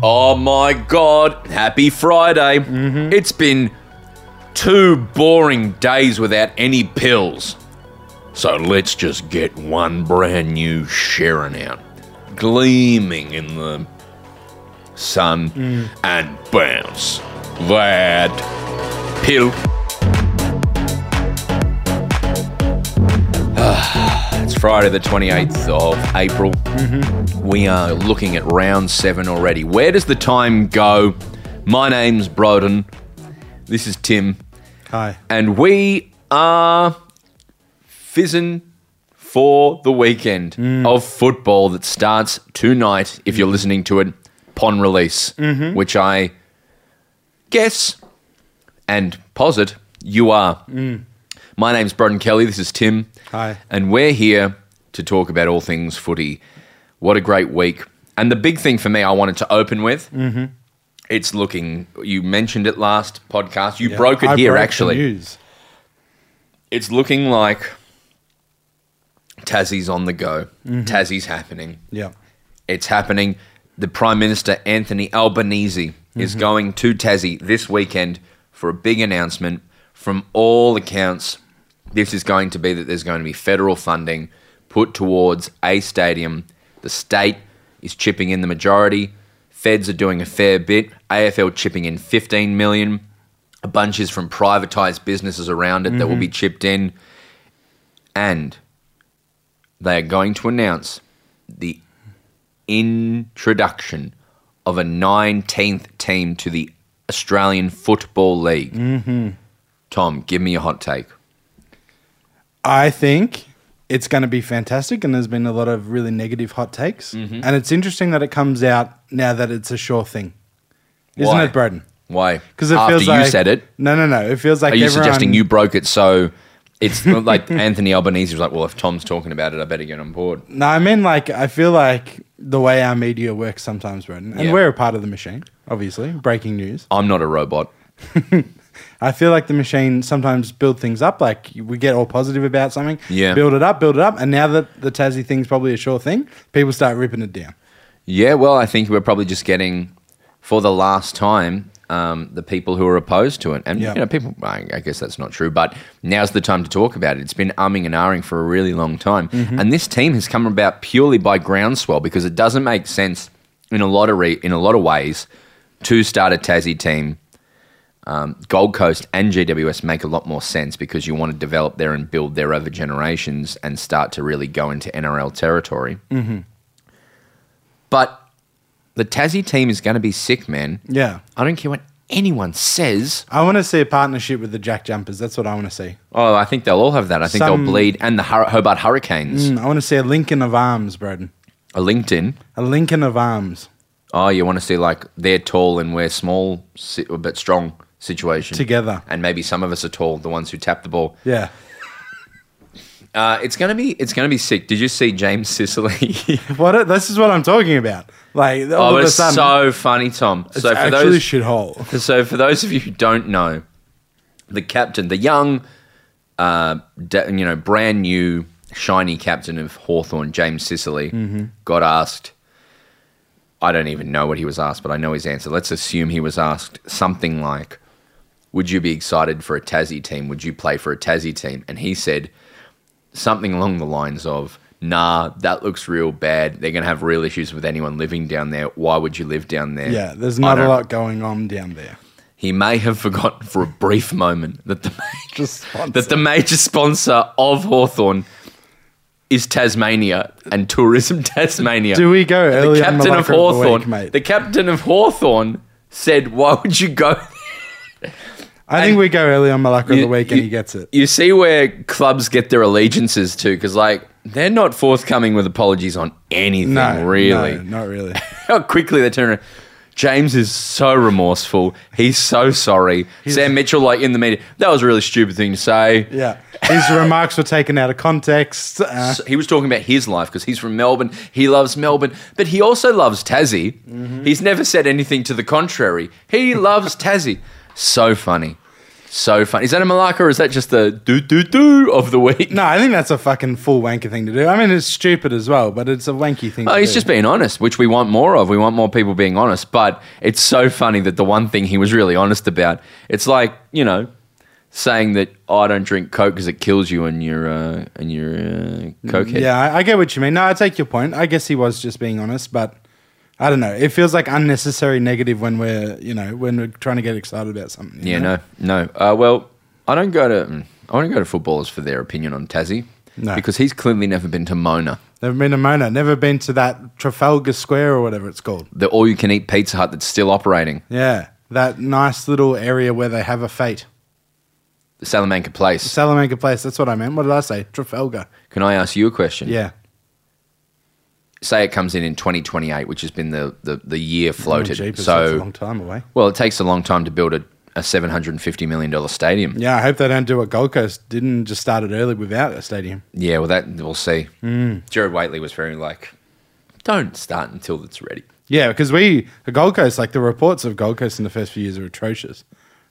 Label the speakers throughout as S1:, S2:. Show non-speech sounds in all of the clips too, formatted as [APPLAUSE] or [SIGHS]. S1: Oh my god, happy Friday. It's been two boring days without any pills. So let's just get one brand new Sharon out, gleaming in the sun, and bounce that pill. [SIGHS] It's Friday, the 28th of April. We are looking at round seven already. Where does the time go? My name's Broden. This is Tim.
S2: Hi.
S1: And we are fizzing for the weekend of football that starts tonight, if you're listening to it, upon release, which I guess and posit you are. My name's Broden Kelly. This is Tim.
S2: Hi.
S1: And we're here to talk about all things footy. What a great week. And the big thing for me, I wanted to open with.
S2: Mm-hmm.
S1: It's looking. You mentioned it last podcast. You broke it
S2: I
S1: here,
S2: broke the
S1: actually
S2: news.
S1: it's looking like Tassie's on the go.
S2: Mm-hmm.
S1: Tassie's happening.
S2: Yeah.
S1: It's happening. The Prime Minister Anthony Albanese is going to Tassie this weekend for a big announcement. From all accounts, this is going to be that there's going to be federal funding put towards a stadium. The state is chipping in the majority. Feds are doing a fair bit. AFL chipping in 15 million. A bunch is from privatized businesses around it that will be chipped in. And they are going to announce the introduction of a 19th team to the Australian Football League. Mm-hmm. Tom, give me a hot take.
S2: I think it's going to be fantastic, and there's been a lot of really negative hot takes.
S1: Mm-hmm.
S2: And it's interesting that it comes out now that it's a sure thing, isn't
S1: Why?
S2: it, Broden?
S1: Why?
S2: Because it
S1: after
S2: feels
S1: you
S2: like
S1: said it,
S2: No, no, no. It feels like
S1: are you
S2: everyone,
S1: suggesting you broke it? So
S2: [LAUGHS]
S1: it's not like Anthony Albanese was like, "Well, if Tom's talking about it, I better get on board."
S2: No, I mean like I feel like the way our media works sometimes, Broden, and
S1: Yeah.
S2: we're a part of the machine, obviously. Breaking news.
S1: I'm not a robot.
S2: I feel like the machine sometimes build things up. Like we get all positive about something,
S1: Yeah.
S2: build it up, build it up, and now that the Tassie thing's probably a sure thing, people start ripping it down.
S1: Yeah, well, I think we're probably just getting for the last time um, the people who are opposed to it, and
S2: Yeah.
S1: you know, people. I, I guess that's not true, but now's the time to talk about it. It's been umming and ahhing for a really long time, and this team has come about purely by groundswell because it doesn't make sense in a lot of re- in a lot of ways to start a Tassie team. Um, Gold Coast and GWS make a lot more sense because you want to develop there and build there over generations and start to really go into NRL territory. But the Tassie team is going to be sick, man.
S2: Yeah.
S1: I don't care what anyone says.
S2: I want to see a partnership with the Jack Jumpers. That's what I want to see.
S1: Oh, I think they'll all have that. I think
S2: Some-
S1: they'll bleed. And the Hur- Hobart Hurricanes,
S2: Mm, I want to see a Lincoln of Arms, Broden.
S1: a LinkedIn.
S2: A Lincoln of Arms
S1: Oh, you want to see like they're tall and we're small, si- but strong situation
S2: together.
S1: And maybe some of us are tall, the ones who tap the ball.
S2: Yeah.
S1: Uh, it's gonna be, it's gonna be sick. Did you see James Sicily? [LAUGHS]
S2: What? a- this is what I'm talking about. Like all
S1: oh,
S2: of a
S1: it's
S2: sudden,
S1: so funny, Tom.
S2: it's
S1: so for
S2: actually
S1: those,
S2: shithole.
S1: [LAUGHS] So, for those of you who don't know, the captain, the young, uh, da- you know, brand new, shiny captain of Hawthorn, James Sicily,
S2: Mm-hmm.
S1: got asked. I don't even know what he was asked, but I know his answer. Let's assume he was asked something like, Would you be excited for a Tassie team? Would you play for a Tassie team? And he said something along the lines of, Nah, that looks real bad. They're going to have real issues with anyone living down there. Why would you live down there?
S2: Yeah,
S1: I
S2: there's not a
S1: don't
S2: lot going on down there.
S1: he may have forgotten for a brief moment that the major,
S2: Just sponsor.
S1: that the major sponsor of Hawthorn is Tasmania and Tourism [LAUGHS] Tasmania.
S2: Do we go
S1: the
S2: early on the
S1: captain of
S2: locker of the
S1: Hawthorn,
S2: week, mate?
S1: the captain of Hawthorn said, "Why would you go?" [LAUGHS]
S2: I think
S1: and-
S2: we go early on Malacca of
S1: You-
S2: the week,
S1: you-
S2: and he gets it.
S1: You see where clubs get their allegiances to because, like, they're not forthcoming with apologies on anything,
S2: No,
S1: really. [LAUGHS]
S2: no, not really.
S1: how quickly they turn around. James is so remorseful. He's so sorry. Sam Mitchell, like in the media, that was a really stupid thing to say.
S2: Yeah,
S1: [LAUGHS]
S2: his remarks were taken out of context. Uh,
S1: So he was talking about his life because he's from Melbourne. He loves Melbourne, but he also loves Tassie. He's never said anything to the contrary. He loves Tassie. So funny. So fun. Is that a malacca or is that just the doo doo doo of the week?
S2: No, I think that's a fucking full wanker thing to do. I mean, it's stupid as well, but it's a wanky thing.
S1: Oh,
S2: to
S1: he's
S2: do.
S1: just being honest, which we want more of. We want more people being honest. But it's so funny that the one thing he was really honest about, it's like you know, saying that "Oh, I don't drink Coke because it kills you and you're uh, and you're uh, cokehead.
S2: Yeah, I, I get what you mean. No, I take your point. I guess he was just being honest, but I don't know. It feels like unnecessary negative when we're, you know, when we're trying to get excited about something. you
S1: Yeah,
S2: know?
S1: no, no. Uh, well, I don't go to mm, I only go to footballers for their opinion on Tassie
S2: No.
S1: because he's clearly never been to Mona,
S2: Never been to Mona. Never been to that Trafalgar Square or whatever it's called.
S1: the all-you-can-eat Pizza Hut that's still operating,
S2: Yeah, that nice little area where they have a fete.
S1: the Salamanca Place.
S2: Salamanca Place. That's what I meant. What did I say? Trafalgar.
S1: Can I ask you a question?
S2: Yeah.
S1: Say it comes in in 2028, which has been the the, the year floated.
S2: Oh, jeepers, that's a
S1: so
S2: long time away.
S1: Well, it takes a long time to build a, a $750 million stadium.
S2: Yeah, I hope they don't do what Gold Coast did and just started early without a stadium.
S1: Yeah, well, that we'll see.
S2: Hmm.
S1: Jared Waitley was very like, don't start until it's ready.
S2: Yeah, because we the Gold Coast, like the reports of Gold Coast in the first few years are atrocious.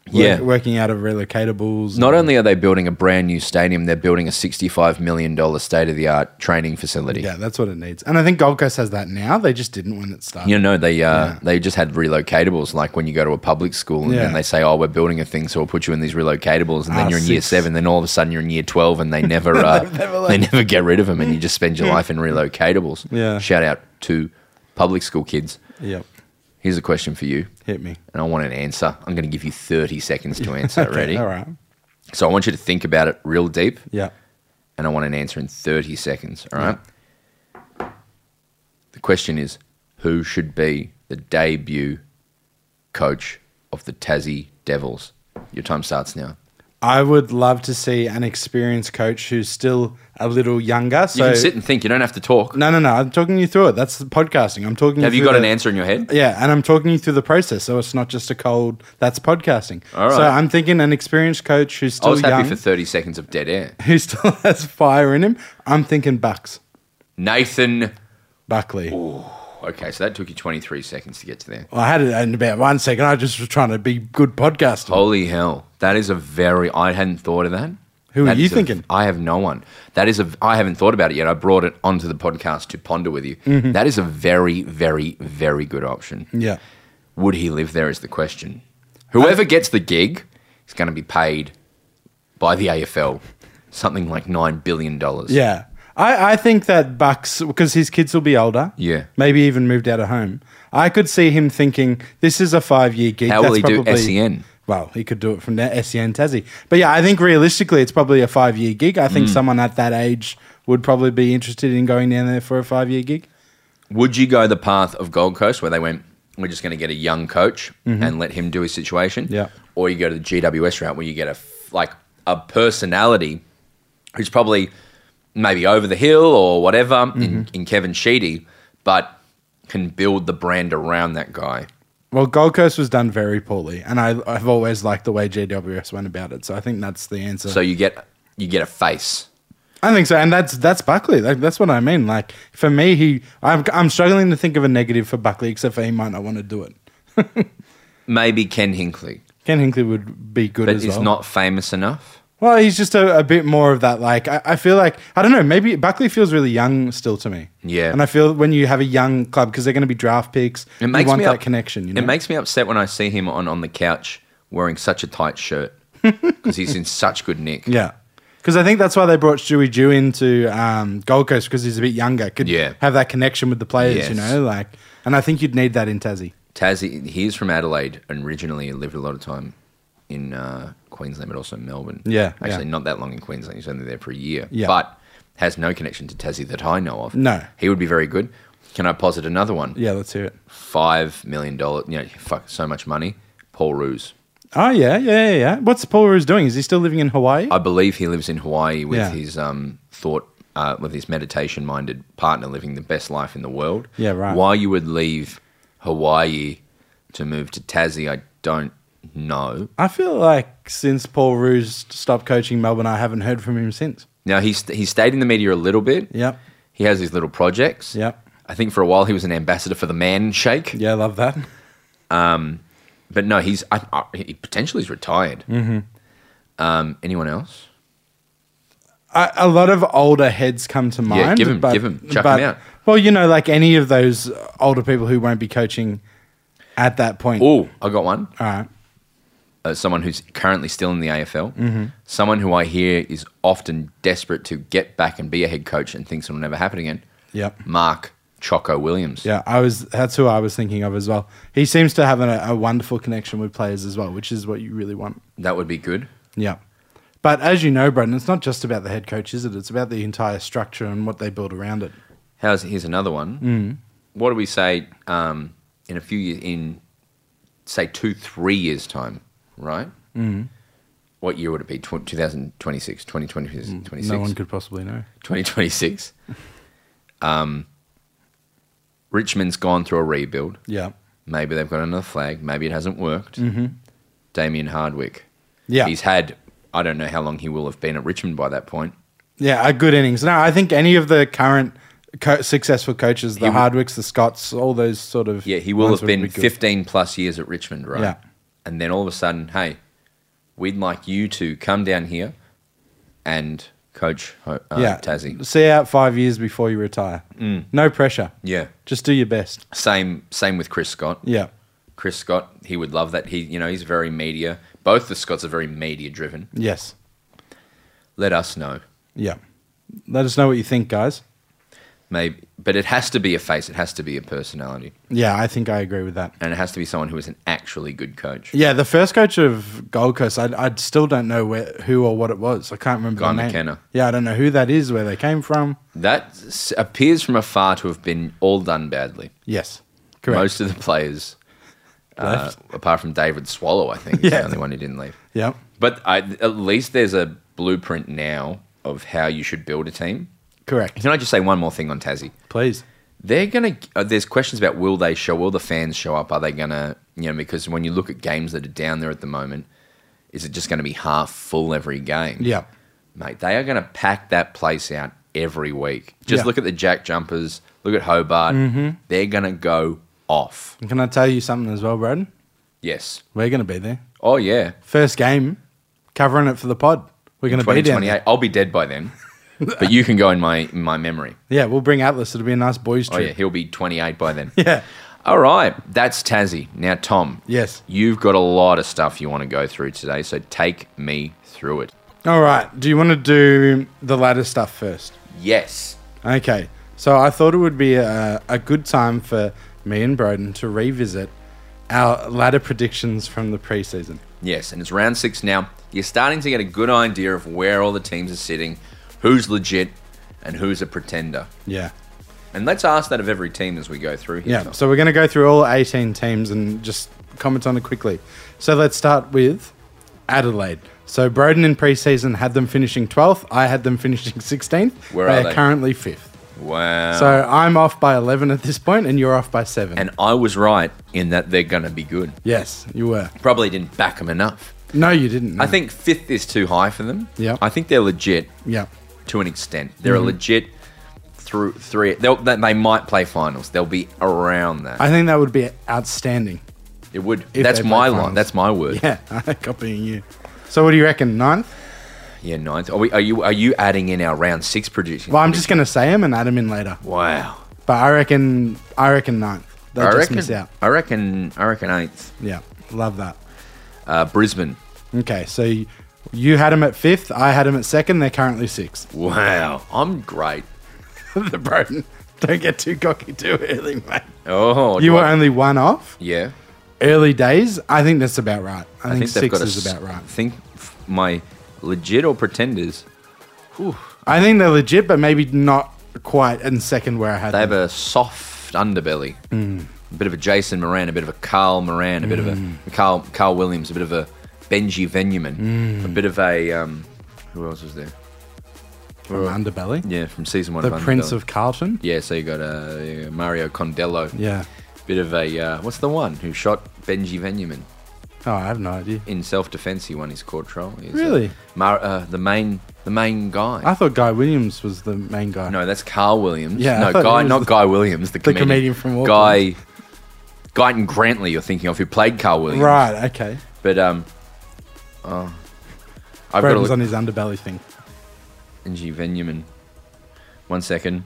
S1: Yeah.
S2: working out of relocatables.
S1: Not
S2: and-
S1: only are they building a brand new stadium, they're building a $65 million state of the art training facility.
S2: yeah, that's what it needs. And I think Gold Coast has that now. They just didn't when it started.
S1: You know, they uh, they just had relocatables, like when you go to a public school and
S2: Yeah.
S1: then they say, "Oh, we're building a thing, so we'll put you in these relocatables," and then
S2: Ah,
S1: you're in year
S2: six.
S1: seven, then all of a sudden you're in year twelve, and
S2: [LAUGHS]
S1: they never uh, they never get rid of them, and you just spend your life in relocatables.
S2: Yeah.
S1: Shout out to public school kids.
S2: Yep,
S1: Here's a question for you,
S2: hit me.
S1: and I want an answer. I'm going to give you 30 seconds
S2: [LAUGHS]
S1: to answer.
S2: Okay,
S1: Ready?
S2: All right.
S1: So I want you to think about it real deep,
S2: Yeah.
S1: and I want an answer in 30 seconds. All right. The question is, who should be the debut coach of the Tassie Devils? Your time starts now.
S2: I would love to see an experienced coach who's still a little younger.
S1: You
S2: So
S1: can sit and think. You don't have to talk.
S2: No, no, no. I'm talking you through it. That's the podcasting. I'm talking.
S1: have you
S2: through
S1: got an
S2: the-
S1: answer in your head?
S2: Yeah, and I'm talking you through the process, so it's not just a cold. That's podcasting.
S1: All right.
S2: So I'm thinking an experienced coach who's
S1: I
S2: still
S1: was happy
S2: young,
S1: for 30 seconds of dead air.
S2: [LAUGHS] who still has fire in him. I'm thinking Bucks,
S1: Nathan.
S2: Buckley.
S1: Okay, so that took you 23 seconds to get to there.
S2: I had it in about one second. I just was trying to be good podcaster.
S1: Holy hell. That is a very I hadn't thought of that.
S2: Who are
S1: That
S2: you
S1: is a-
S2: thinking?
S1: I have no one. That is a I haven't thought about it yet. I brought it onto the podcast to ponder with you.
S2: Mm-hmm.
S1: That is a very, very, very good option.
S2: Yeah,
S1: Would he live there is the question. Whoever gets the gig is gonna be paid by the AFL something like nine billion dollars.
S2: yeah. I, I think that Bucks because his kids will be older.
S1: Yeah.
S2: maybe even moved out of home. I could see him thinking this is a five year gig.
S1: How will he
S2: That's
S1: do E
S2: probably-
S1: SEN?
S2: Well, he could do it from there, SEN Tassie. But yeah, I think realistically, it's probably a five year gig. I
S1: Mm.
S2: think someone at that age would probably be interested in going down there for a five year gig.
S1: Would you go the path of Gold Coast where they went, we're just going to get a young coach and let him do his situation?
S2: Mm-hmm. Yeah.
S1: Or you go to the GWS route where you get a f- like a personality who's probably maybe over the hill or whatever in,
S2: Mm-hmm.
S1: in Kevin Sheedy, but can build the brand around that guy.
S2: Well, Gold Coast was done very poorly, and I, I've always liked the way GWS went about it. So I think that's the answer.
S1: So you get you get a face.
S2: I think so, and that's that's Buckley. Like, that's what I mean. Like for me, he I'm I'm struggling to think of a negative for Buckley, except for he might not want to do it.
S1: Maybe Ken Hinkley,
S2: Ken Hinkley would be good
S1: but
S2: as
S1: is
S2: well.
S1: not famous enough.
S2: well, he's just a, a bit more of that. Like I, I feel like I don't know. Maybe Buckley feels really young still to me.
S1: Yeah.
S2: and I feel when you have a young club because they're going to be draft picks.
S1: It makes
S2: you want
S1: me
S2: that
S1: up-
S2: connection. You know?
S1: It makes me upset when I see him on, on the couch wearing such a tight shirt [LAUGHS] because he's in such good nick.
S2: yeah. Because I think that's why they brought Stewie Jew into um, Gold Coast because he's a bit younger, could
S1: Yeah.
S2: have that connection with the players, you
S1: Yes.
S2: know. Like, and I think you'd need that in Tassie.
S1: Tassie, he's from Adelaide and originally lived a lot of time in uh, Queensland, but also Melbourne.
S2: Yeah,
S1: Actually,
S2: yeah.
S1: not that long in Queensland. He's only there for a year.
S2: Yeah.
S1: But has no connection to Tassie that I know of.
S2: No.
S1: He would be very good. Can I posit another one?
S2: Yeah, let's hear it.
S1: $5 million. You know, fuck, so much money. Paul Ruse.
S2: Oh yeah, yeah, yeah, yeah. What's Paul Roos doing? Is he still living in Hawaii?
S1: I believe he lives in Hawaii with
S2: Yeah.
S1: his um, thought, uh, with his meditation minded partner living the best life in the world.
S2: Yeah, right.
S1: Why you would leave Hawaii to move to Tassie, I don't know.
S2: I feel like since Paul Roos stopped coaching Melbourne, I haven't heard from him since.
S1: Now he's he stayed in the media a little bit.
S2: Yep.
S1: He has his little projects.
S2: Yep.
S1: I think for a while he was an ambassador for the Man Shake,
S2: Yeah, I love that.
S1: but no, he's I, I, he potentially is retired. Mm-hmm. Um, anyone else?
S2: A, a lot of older heads come to mind.
S1: give 'em-
S2: but,
S1: give 'em, chuck
S2: but-
S1: 'em out.
S2: Well, you know, like any of those older people who won't be coaching at that point.
S1: Oh, I got one.
S2: All right.
S1: uh, someone who's currently still in the AFL,
S2: Mm-hmm.
S1: someone who I hear is often desperate to get back and be a head coach and thinks it'll never happen again.
S2: Yep.
S1: Mark Choco Williams.
S2: Yeah, I was. That's who I was thinking of as well. He seems to have an, a wonderful connection with players as well, which is what you really want.
S1: That would be good.
S2: Yeah. But as you know, Brendan, it's not just about the head coach, is it? It's about the entire structure and what they build around it.
S1: How's here's another one.
S2: Mm.
S1: What do we say um, in a few years? In say two, three years time, right? Mm.
S2: Mm-hmm.
S1: What year would it be? Tw- 2026, 2026,
S2: Mm, No one could possibly know.
S1: 2026. um, Richmond's gone through a rebuild.
S2: Yeah.
S1: Maybe they've got another flag. Maybe it hasn't worked. Damien Hardwick.
S2: Mm-hmm. Yeah.
S1: He's had, I don't know how long he will have been at Richmond by that point.
S2: Yeah, a good innings. No, I think any of the current co- successful coaches, the
S1: He w-
S2: Hardwicks, the Scots, all those sort of
S1: Yeah, he will
S2: ones
S1: have
S2: would
S1: been
S2: good.
S1: 15 plus years at Richmond, right?
S2: Yeah.
S1: And then all of a sudden, hey, we'd like you to come down here and coach Ho- uh,
S2: yeah,
S1: Tassie. Mm.
S2: See out five years before you retire. No pressure.
S1: Yeah.
S2: Just do your best.
S1: Same, same with Chris Scott.
S2: Yeah.
S1: Chris Scott, he would love that. He, you know, he's very media. Both the Scots are very media driven.
S2: Yes.
S1: Let us know.
S2: Yeah. Let us know what you think, guys.
S1: Maybe, but it has to be a face. It has to be a personality.
S2: Yeah, I think I agree with that.
S1: and it has to be someone who is an actually good coach.
S2: Yeah, the first coach of Gold Coast, I, I still don't know where, who or what it was. I can't remember.
S1: Guy
S2: the name.
S1: McKenna.
S2: Yeah, I don't know who that is, where they came from.
S1: That s- appears from afar to have been all done badly.
S2: Yes, correct.
S1: Most of the players, uh,
S2: Left.
S1: apart from David Swallow, I think, is
S2: Yeah.
S1: the only one who didn't leave.
S2: Yep.
S1: But I, at least there's a blueprint now of how you should build a team.
S2: Correct.
S1: Can I just say one more thing on Tassie?
S2: Please.
S1: They're gonna. Uh, there's questions about will they show? Will the fans show up? Are they gonna? You know, because when you look at games that are down there at the moment, is it just going to be half full every game?
S2: Yeah.
S1: mate, they are going to pack that place out every week. Just
S2: Yeah. Mm-hmm.
S1: look at the Jack Jumpers, look at Hobart. They're going to go off.
S2: And Can I tell you something as well, Brad?
S1: Yes.
S2: We're going to be there.
S1: Oh yeah.
S2: First game, covering it for the pod. We're going to be down there.
S1: 2028. I'll be dead by
S2: [LAUGHS]
S1: then, but you can go in my in my memory.
S2: Yeah, we'll bring Atlas. It'll be a nice boys'
S1: Oh yeah,
S2: trip. [LAUGHS]
S1: he'll be 28 by then.
S2: yeah.
S1: All right, that's Tassie. Now, Tom.
S2: Yes.
S1: You've got a lot of stuff you want to go through today, so take me through it.
S2: All right. Do you want to do the latter stuff first?
S1: Yes.
S2: Okay. So I thought it would be a, a good time for me and Broden to revisit our ladder predictions from the preseason.
S1: Yes, and it's round six now. You're starting to get a good idea of where all the teams are sitting, who's legit, and who's a pretender.
S2: Yeah.
S1: And let's ask that of every team as we go through here.
S2: Yeah. So we're going to go through all 18 teams and just comment on it quickly. So let's start with Adelaide. So Broden in preseason had them finishing 12th. I had them finishing 16th.
S1: Where
S2: they
S1: are
S2: are
S1: they?
S2: currently 5th.
S1: Wow.
S2: So I'm off by 11 at this point and you're off by 7.
S1: and I was right in that they're going to be good.
S2: yes, you were.
S1: Probably didn't back them enough.
S2: No, you didn't.
S1: I think fifth is too high for them.
S2: Yeah.
S1: I think they're legit
S2: Yeah.
S1: to an extent. They're
S2: Mm-hmm.
S1: a legit through three. They'll, they, they might play finals. They'll be around that.
S2: I think that would be outstanding.
S1: it would.
S2: If
S1: That's
S2: they play
S1: my line.
S2: finals.
S1: That's my word.
S2: Yeah, [LAUGHS] I'm copying you. So what do you reckon? Ninth?
S1: Yeah, ninth. Are, we, are you are you adding in our round six predictions?
S2: Well, I'm just going to say him and add him in later.
S1: Wow.
S2: But I reckon, I reckon ninth. They
S1: I
S2: just
S1: reckon.
S2: miss out.
S1: I reckon. I reckon eighth.
S2: Yeah, love that.
S1: Uh, Brisbane.
S2: Okay, so y- you had him at fifth. I had him at second. They're currently sixth. [LAUGHS]
S1: Wow. I'm great.
S2: the Broden. Don't get too cocky too early, mate.
S1: Oh,
S2: You
S1: do
S2: were
S1: I-
S2: only one off.
S1: Yeah.
S2: Early days. I think that's about right. I, think,
S1: they've
S2: six
S1: got a s-
S2: is about right.
S1: I think f- my legit or pretenders,
S2: I think they're legit, but maybe not quite in second where I had
S1: they have
S2: them.
S1: a soft underbelly.
S2: Mm.
S1: A bit of a Jason Moran, a bit of a Carl Moran, a bit of a Carl, Carl Williams, a bit of a Benji Venuman,
S2: Mm.
S1: a bit of a. Um, who else was there?
S2: From underbelly.
S1: Yeah, from season one
S2: the
S1: of
S2: Prince
S1: Underbelly.
S2: of Carlton.
S1: Yeah, so you got uh, Mario Condello.
S2: Yeah.
S1: Bit of a. Uh, what's the one who shot Benji Venuman?
S2: Oh, I have no idea.
S1: In self defense, he won his court trial. He's, uh,
S2: Really? Ah.
S1: Mar- uh, the main the main guy.
S2: I thought Guy Williams was the main guy.
S1: No, that's Carl Williams.
S2: Yeah, I
S1: no,
S2: thought it
S1: Guy,
S2: was
S1: not
S2: the-
S1: Guy Williams, the comedian,
S2: comedian
S1: Guy,
S2: from Auckland.
S1: Guyton um, Grantley. You're thinking of who played Carl Williams,
S2: Right. Okay.
S1: But um, oh, I've got to
S2: Broden's
S1: look.
S2: on his underbelly thing.
S1: Ng Venuman. One second.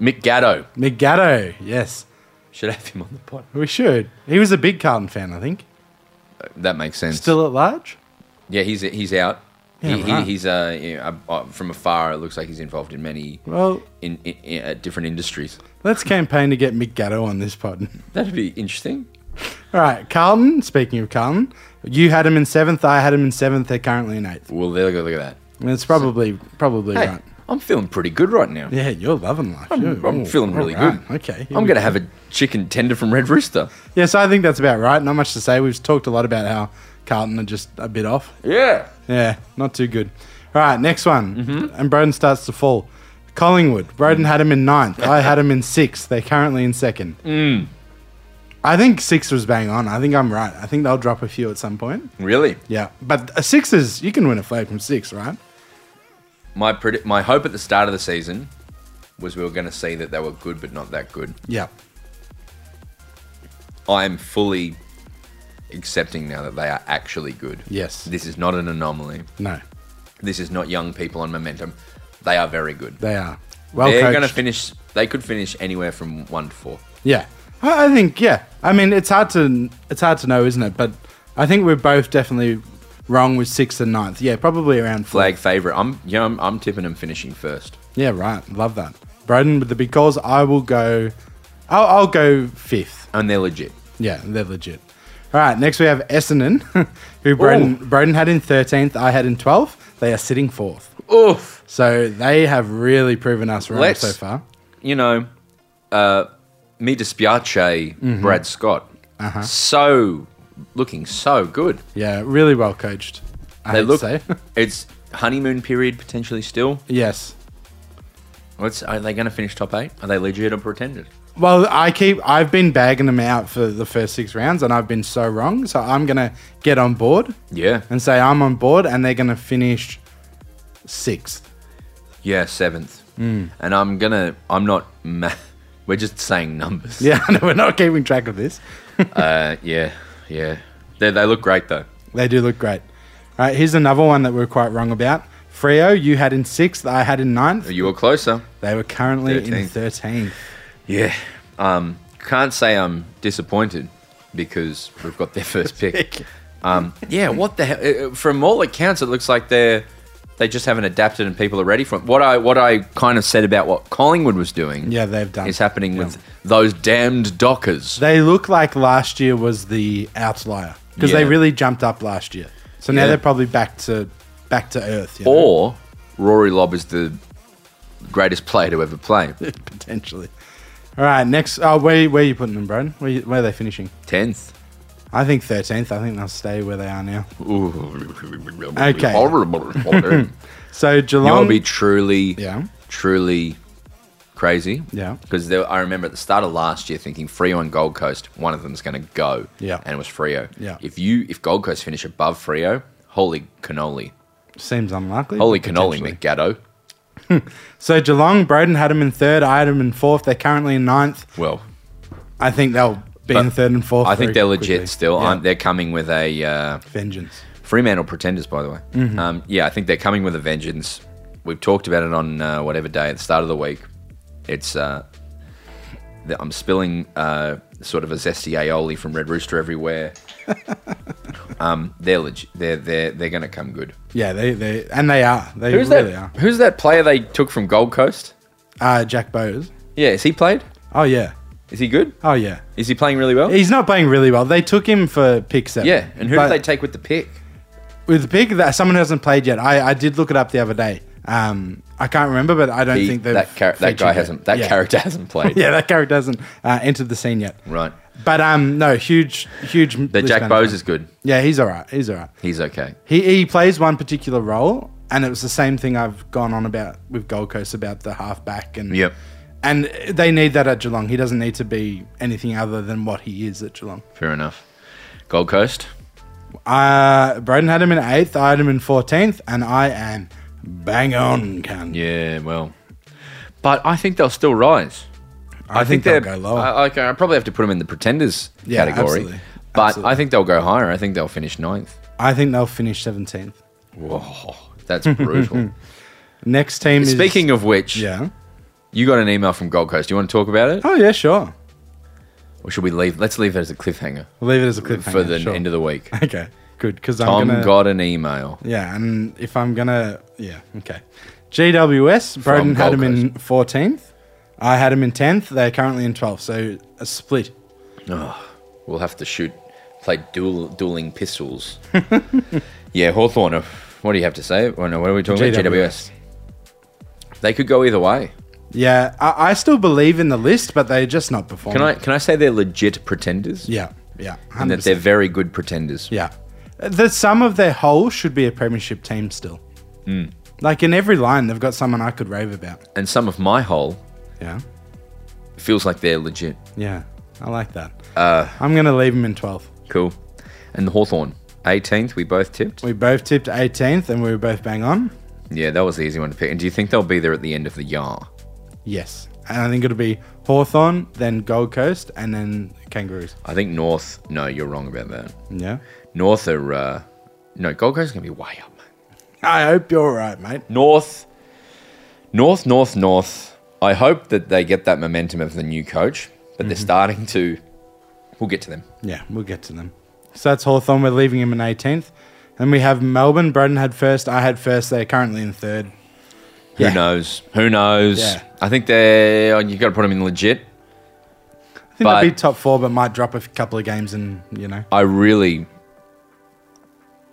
S1: Mick Gatto.
S2: Mick Gatto, yes.
S1: Should have him on the pod.
S2: We should. He was a big Carlton fan, I think.
S1: That makes sense.
S2: Still at large?
S1: yeah, he's he's out.
S2: Yeah,
S1: he,
S2: right.
S1: he, he's uh, you know, uh, uh, from afar. It looks like he's involved in many
S2: Well,
S1: in, in, in uh, different industries.
S2: let's campaign to get Mick Gatto on this pod. [LAUGHS]
S1: That'd be interesting.
S2: All right, Carlton, speaking of Carlton, you had him in seventh, I had him in seventh, they're currently in eighth.
S1: Well, there we go. Look at
S2: And it's probably probably
S1: that. Hey,
S2: right.
S1: I'm feeling pretty good right now.
S2: Yeah, you're loving life.
S1: I'm, I'm feeling really good.
S2: Okay.
S1: I'm going to have a chicken tender from Red Rooster.
S2: Yes, I think that's about right. Not much to say. We've talked a lot about how Carlton are just a bit off.
S1: Yeah.
S2: Yeah, not too good. All right, next one. And Broden starts to fall. Collingwood. Broden had him in ninth. I had him in sixth. They're currently in second. I think six was bang on. I think I'm right. I think they'll drop a few at some point.
S1: Really?
S2: Yeah, but a six is you can win a flag from six, right?
S1: My predi- my hope at the start of the season was we were going to see that they were good but not that good.
S2: Yeah.
S1: I am fully accepting now that they are actually good.
S2: Yes.
S1: This is not an anomaly.
S2: No,
S1: This is not young people on momentum. They are very good.
S2: they are well
S1: They're
S2: coached.
S1: going to finish. They could finish anywhere from one to four.
S2: Yeah, I, I think yeah. I mean, it's hard to it's hard to know, isn't it? But I think we're both definitely wrong with sixth and ninth. Yeah, probably around four.
S1: Flag favorite. I'm you know I'm, I'm tipping them finishing first.
S2: Yeah, right. Love that. Broden with the big calls. I will go. I'll, I'll go fifth.
S1: and they're legit.
S2: Yeah, they're legit. All right. Next we have Essendon, [LAUGHS] who Broden Broden had in thirteenth. I had in twelfth. They are sitting fourth.
S1: Oof.
S2: So they have really proven us wrong
S1: Let's-
S2: so far.
S1: You know, uh, me dispiace Brad Scott.
S2: Uh-huh.
S1: So looking so good.
S2: Yeah, really well coached. I
S1: They
S2: hate to
S1: look.
S2: say.
S1: it's honeymoon period potentially still.
S2: [LAUGHS] yes.
S1: What's are they going to finish top eight? Are they legit or pretenders?
S2: Well, I keep I've been bagging them out for the first six rounds, and I've been so wrong. So I'm gonna get on board
S1: Yeah.
S2: and say I'm on board, and they're gonna finish sixth.
S1: Yeah, seventh. And I'm gonna. I'm not. Ma- [LAUGHS] we're just saying numbers.
S2: [LAUGHS] Yeah, no, we're not keeping track of this.
S1: Uh, yeah. Yeah. They, they look great though.
S2: They do look great. All right, here's another one that we're quite wrong about. Freo, you had in sixth, I had in ninth.
S1: You were closer.
S2: They were currently in
S1: 13th.
S2: thirteenth.
S1: Yeah. Um, can't say I'm disappointed because we've got their first pick. Um, yeah, what the hell? uh, From all accounts, it looks like they're they just haven't adapted and people are ready for it. What I what I kind of said about what Collingwood was doing,
S2: Yeah, they've done.
S1: is happening with those damned Dockers.
S2: They look like last year was the outlier because they
S1: Yeah.
S2: really jumped up last year. So now
S1: Yeah.
S2: they're probably back to back to earth. You know?
S1: Or Rory Lobb is the greatest player to ever play.
S2: [LAUGHS] potentially. All right, next. Oh, where where are you putting them, Broden? Where, you- where are they finishing?
S1: Tenth.
S2: I think thirteenth. I think they'll stay where they are now.
S1: Okay.
S2: So
S1: You
S2: Geelong.
S1: will be truly,
S2: Yeah.
S1: truly crazy.
S2: Yeah.
S1: Because I remember at the start of last year thinking Frio and Gold Coast, one of them's going to go.
S2: Yeah.
S1: And it was Frio.
S2: Yeah.
S1: If you if Gold Coast finish above Frio, holy cannoli,
S2: seems unlikely.
S1: holy
S2: but
S1: cannoli,
S2: potentially.
S1: McGatto.
S2: So Geelong. Broden had them in third. I had them in fourth. They're currently in ninth.
S1: Well,
S2: I think they'll be
S1: But
S2: in third and fourth.
S1: I think
S2: very
S1: they're legit
S2: quickly.
S1: still.
S2: Yeah.
S1: Um, they're coming with a uh,
S2: Vengeance.
S1: Fremantle Pretenders, by the way.
S2: Mm-hmm.
S1: Um, yeah, I think they're coming with a vengeance. We've talked about it on uh, whatever day at the start of the week. It's uh, the, I'm spilling uh, sort of a zesty aioli from Red Rooster
S2: [LAUGHS]
S1: everywhere. um, they're legit. They're they're they're going to come good.
S2: Yeah, they they and they are. They
S1: Who's
S2: really
S1: that?
S2: are.
S1: Who's that player they took from Gold Coast?
S2: Uh, Jack Bowes.
S1: Yeah, is he played?
S2: Oh yeah.
S1: Is he good?
S2: Oh yeah.
S1: Is he playing really well?
S2: He's not playing really well. They took him for pick seven.
S1: yeah, and who
S2: but-
S1: did they take with the pick?
S2: With the pick that someone hasn't played yet. I, I did look it up the other day. Um, I can't remember, but I don't
S1: He-
S2: think they've
S1: that char- that
S2: featured
S1: guy
S2: yet.
S1: hasn't. That
S2: yeah.
S1: character hasn't played.
S2: [LAUGHS] Yeah, that character hasn't uh, entered the scene yet.
S1: Right.
S2: But um, no, huge, huge.
S1: The Jack Bowes is good.
S2: Yeah, he's all right. He's all right.
S1: He's okay.
S2: He he plays one particular role, and it was the same thing I've gone on about with Gold Coast about the halfback and
S1: Yep.
S2: And they need that at Geelong. He doesn't need to be anything other than what he is at Geelong.
S1: Fair enough. Gold Coast.
S2: Uh, Broden had him in eighth, I had him in fourteenth, and I am bang on, cunt.
S1: Yeah, well, but I think they'll still rise.
S2: I, think, they'll go lower.
S1: I, uh, I- I probably have to put them in the pretenders
S2: Yeah,
S1: category,
S2: absolutely.
S1: but
S2: Absolutely.
S1: I think they'll go higher. I think they'll finish ninth.
S2: I think they'll finish seventeenth.
S1: Whoa,
S2: [LAUGHS]
S1: that's brutal.
S2: Next team is
S1: Speaking of which,
S2: Yeah.
S1: you got an email from Gold Coast. Do you want to talk about it?
S2: Oh yeah, sure.
S1: Or should we leave? Let's leave it as a cliffhanger
S2: We'll leave it as a cliffhanger
S1: for the
S2: sure.
S1: end of the week.
S2: [LAUGHS] Okay, good. Because I'm
S1: Tom
S2: gonna.
S1: got an email.
S2: Yeah, and if I'm gonna, yeah, okay. GWS, Broden had
S1: Gold
S2: him in 14th. I had him in 10th. They're currently in 12th, so a split.
S1: Oh, we'll have to shoot, play duel, dueling pistols. [LAUGHS] yeah, Hawthorne, what do you have to say? Well, no, what are we talking about? GWS.
S2: GWS.
S1: They could go either way.
S2: Yeah, I, I still believe in the list, but they're just not performing.
S1: Can I can I say they're legit pretenders?
S2: Yeah, yeah, 100%.
S1: And that they're very good pretenders.
S2: yeah. The sum of their whole should be a premiership team still.
S1: Hmm.
S2: Like in every line, they've got someone I could rave about.
S1: And some of my whole
S2: Yeah,
S1: feels like they're legit.
S2: yeah, I like that. Uh, I'm gonna leave him in 12th.
S1: Cool. And the Hawthorn, 18th, we both tipped.
S2: We both tipped 18th, and we were both bang on.
S1: Yeah, that was the easy one to pick. And do you think they'll be there at the end of the year?
S2: Yes. And I think it'll be Hawthorn, then Gold Coast, and then Kangaroos.
S1: I think North. No, you're wrong about that.
S2: Yeah.
S1: North are. Uh, no, Gold Coast is going to be way up, mate.
S2: I hope you're right, mate.
S1: North, North, North, North. I hope that they get that momentum of the new coach, but
S2: Mm-hmm.
S1: they're starting to. We'll get to them.
S2: Yeah, we'll get to them. So that's Hawthorn. We're leaving him in 18th. Then we have Melbourne. Braden had first. I had first. They're currently in third. Yeah.
S1: Who knows? Who knows?
S2: Yeah.
S1: I think they're. You got to put them in legit.
S2: I think they'll be
S1: But-
S2: top four, but might drop a couple of games and, you know.
S1: I really,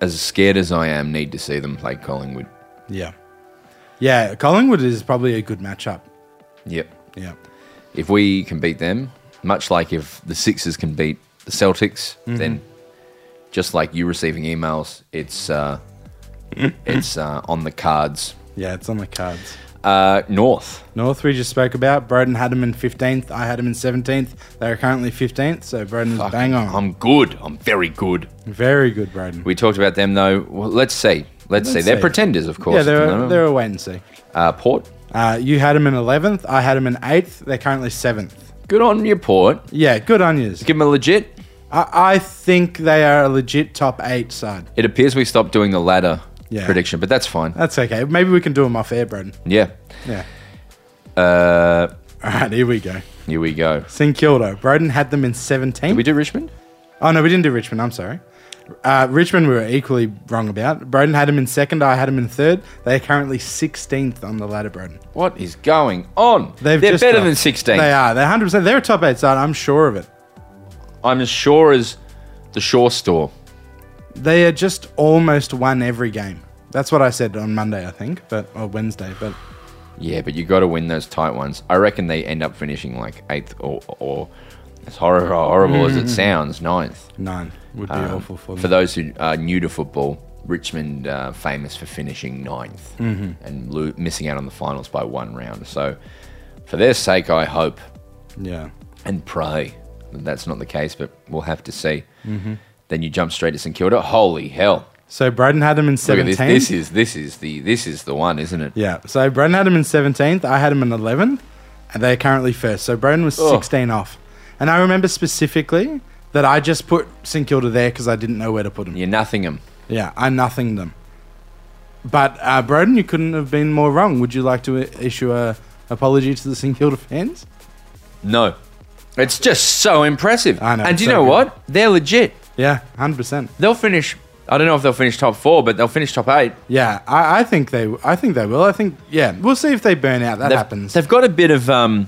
S1: as scared as I am, need to see them play Collingwood.
S2: Yeah. Yeah, Collingwood is probably a good matchup.
S1: Yep.
S2: Yeah.
S1: If we can beat them, much like if the Sixers can beat the Celtics,
S2: Mm-hmm.
S1: then just like you receiving emails, it's
S2: [LAUGHS]
S1: uh, it's uh, on the cards.
S2: Yeah, it's on the cards.
S1: Uh, North.
S2: North, we just spoke about. Broden had him in 15th. I had him in 17th. They're currently 15th, so Broden's
S1: Fuck,
S2: bang on.
S1: I'm good. I'm very good.
S2: Very good, Broden.
S1: We talked about them though. Well, let's see. Let's, see.
S2: Let's
S1: They're
S2: see.
S1: pretenders, of course.
S2: Yeah,
S1: at the
S2: they're,
S1: moment.
S2: they're a wait and see.
S1: uh, Port.
S2: Uh, you had him in 11th. I had him in 8th. They're currently 7th.
S1: Good on you, Port.
S2: Yeah, good on yous.
S1: Give them a legit.
S2: I, I think they are a legit top 8 side.
S1: It appears we stopped doing the ladder
S2: Yeah.
S1: prediction, but that's fine.
S2: That's okay. Maybe we can do them off air, Braden.
S1: Yeah.
S2: Yeah.
S1: Uh,
S2: All right, here we go.
S1: here we go.
S2: St Kilda. Broden had them in 17th.
S1: Did we do Richmond?
S2: oh, no, we didn't do Richmond. I'm sorry. Uh, Richmond, we were equally wrong about. Broden had him in second. I had him in third. They're currently 16th on the ladder, Broden.
S1: What is going on?
S2: They've
S1: they're
S2: just
S1: better
S2: got-
S1: than 16.
S2: They are. They're 100%. They're a top 8 side. I'm sure of it.
S1: I'm as sure as the Shore Store.
S2: They are just almost won every game. That's what I said on Monday, I think, but or Wednesday. But
S1: Yeah, but you got to win those tight ones. I reckon they end up finishing like eighth or, or as horrible, horrible
S2: Mm.
S1: as it sounds, ninth.
S2: nine would be
S1: Um,
S2: awful for them.
S1: for those who are new to football, Richmond uh, famous for finishing ninth
S2: Mm-hmm.
S1: and lo- missing out on the finals by one round. So, for their sake, I hope
S2: yeah,
S1: and pray that that's not the case, but we'll have to see.
S2: Mm-hmm.
S1: Then you jump straight to St Kilda. Holy hell!
S2: so Braden had him in
S1: Look at
S2: seventeenth.
S1: this. This is this is the this is the one, isn't it?
S2: yeah, so Braden had him in seventeenth. I had him in eleventh, and they're currently first. So Braden was
S1: Oh.
S2: sixteen off, and I remember specifically that I just put St Kilda there because I didn't know where to put them. Yeah,
S1: You're Nottingham.
S2: I nothinged them. But uh, Broden, you couldn't have been more wrong. Would you like to i- issue a apology to the St Kilda fans?
S1: No, it's just so impressive.
S2: I know,
S1: and
S2: it's
S1: do you
S2: so
S1: know
S2: good.
S1: what? They're legit.
S2: Yeah, hundred percent.
S1: They'll finish. I don't know if they'll finish top four, but they'll finish top eight.
S2: Yeah, I, I think they. I think they will. I think. Yeah, we'll see if they burn out. That
S1: they've,
S2: happens.
S1: They've got a bit of um,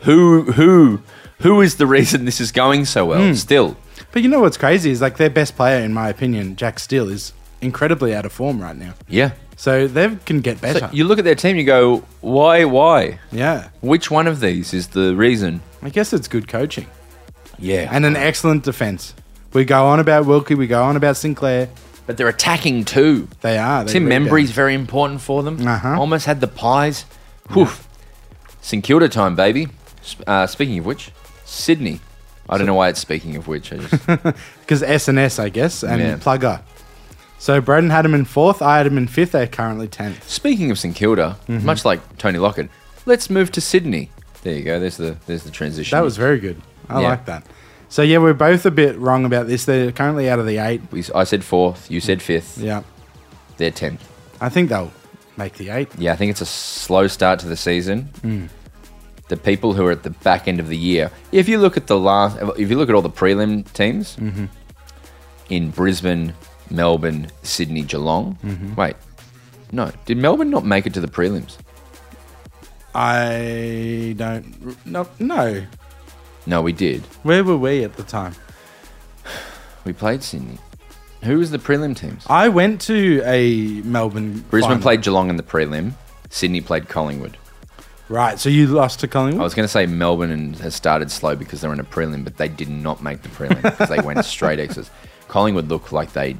S1: who who who is the reason this is going so well?
S2: Hmm.
S1: Still,
S2: But you know what's crazy is like their best player, in my opinion, Jack Steele, is incredibly out of form right now.
S1: yeah.
S2: So they can get better.
S1: So you look at their team, you go, why, why?
S2: yeah,
S1: Which one of these is the reason?
S2: I guess it's good coaching
S1: Yeah,
S2: and an excellent defense. We go on about Wilkie. We go on about Sinclair.
S1: but they're attacking too.
S2: They are. They
S1: Tim Membree's very important for them.
S2: Uh-huh.
S1: Almost had the pies. Woof. St Kilda time, baby. Sp- Uh, speaking of which, Sydney. I don't know why it's speaking of which. I just
S2: because S and S, I guess, and
S1: Yeah.
S2: Plugger. So Braden had him in fourth. I had him in fifth. They're currently tenth.
S1: Speaking of St Kilda,
S2: Mm-hmm.
S1: much like Tony Lockett, let's move to Sydney. There you go. There's the there's the transition.
S2: That was very good. I
S1: Yeah.
S2: like that. So yeah, we're both a bit wrong about this. They're currently out of the eight.
S1: We- I said fourth. You said fifth.
S2: Yeah.
S1: They're 10th.
S2: I think they'll make the eighth.
S1: Yeah, I think it's a slow start to the season.
S2: Mm.
S1: The people who are at the back end of the year. If you look at the last, if you look at all the prelim teams
S2: Mm-hmm.
S1: in Brisbane, Melbourne, Sydney, Geelong.
S2: Mm-hmm.
S1: Wait, no, did Melbourne not make it to the prelims?
S2: I don't. No, no.
S1: No, we did.
S2: Where were we at the time?
S1: We played Sydney. Who was the prelim teams?
S2: I went to a Melbourne.
S1: Brisbane
S2: final.
S1: played Geelong in the prelim. Sydney played Collingwood.
S2: Right, so you lost to Collingwood.
S1: I was going to say Melbourne and has started slow because they're in a prelim, but they did not make the prelim because they went straight X's. Collingwood looked like they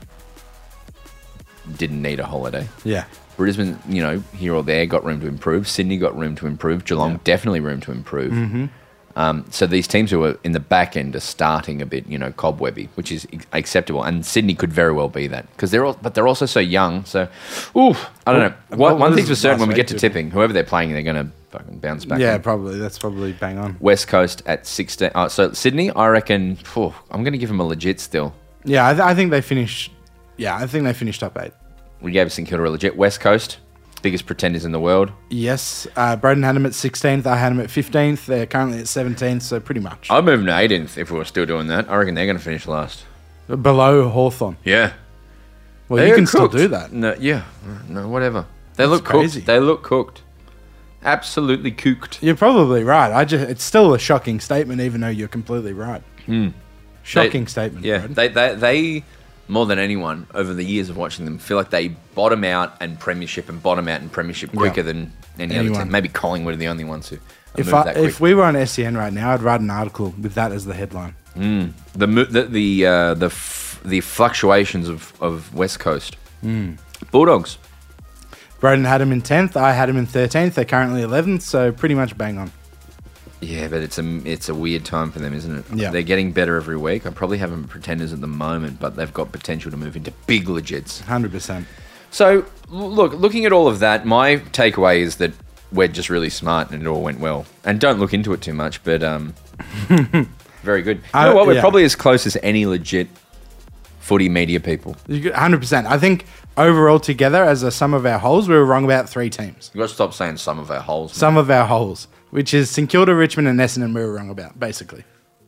S1: didn't need a holiday.
S2: yeah.
S1: Brisbane, you know, here or there, got room to improve. Sydney got room to improve. Geelong definitely room to improve. Um, so these teams who are in the back end are starting a bit, you know, cobwebby, which is ex- acceptable. And Sydney could very well be that because they're all, but they're also so young. So, ooh, I don't know. One-
S2: What- what
S1: one
S2: was
S1: thing's for certain: when we
S2: last
S1: get to
S2: week?
S1: tipping, whoever they're playing, they're going to fucking bounce back.
S2: Yeah,
S1: and
S2: probably. That's probably bang on.
S1: West Coast at 16. Uh, so Sydney, I reckon, phew, I'm going to give them a legit still.
S2: Yeah, I, th- I think they finished. Yeah, I think they finished up eight.
S1: We gave St Kilda a legit. West Coast, biggest pretenders in the world.
S2: Yes, uh, Braden had him at 16th. I had him at 15th. They're currently at 17th, so pretty much
S1: I'd move them to 18th if we were still doing that. I reckon they're going to finish last. Uh,
S2: below Hawthorn.
S1: Yeah.
S2: Well, you can still do that.
S1: No, yeah. No, whatever. They look
S2: crazy.
S1: cooked. They look cooked. Absolutely cooked.
S2: You're probably right. I just it's still a shocking statement, even though you're completely right.
S1: Hmm.
S2: Shocking
S1: They-
S2: statement.
S1: Yeah.
S2: Braden.
S1: They, they, they, more than anyone, over the years of watching them, feel like they bottom out and premiership and bottom out and premiership quicker than any other
S2: Anyone.
S1: team. Maybe Collingwood are the only ones who have
S2: If
S1: moved
S2: I,
S1: that quick.
S2: if we were on SEN right now, I'd write an article with that as the headline.
S1: the mo- the the uh, the, f- the fluctuations of, of West Coast
S2: Hmm.
S1: Bulldogs.
S2: Broden had him in 10th. I had him in 13th. They're currently 11th, so pretty much bang on.
S1: Yeah, but it's a it's a weird time for them, isn't it?
S2: Yeah.
S1: they're getting better every week. I probably haven't pretenders at the moment, but they've got potential to move into big legits.
S2: 100%.
S1: So l- look, looking at all of that, my takeaway is that we're just really smart and it all went well. And don't look into it too much, but
S2: [LAUGHS]
S1: um, very good. You know
S2: I-
S1: what? We're
S2: yeah.
S1: probably as close as any legit footy media people.
S2: You get- 100%. I think overall together, as a sum of our holes, we were wrong about three teams.
S1: You got to stop saying some of our holes. man.
S2: Some of our holes, which is St Kilda, Richmond, and Essendon, we were wrong about, basically.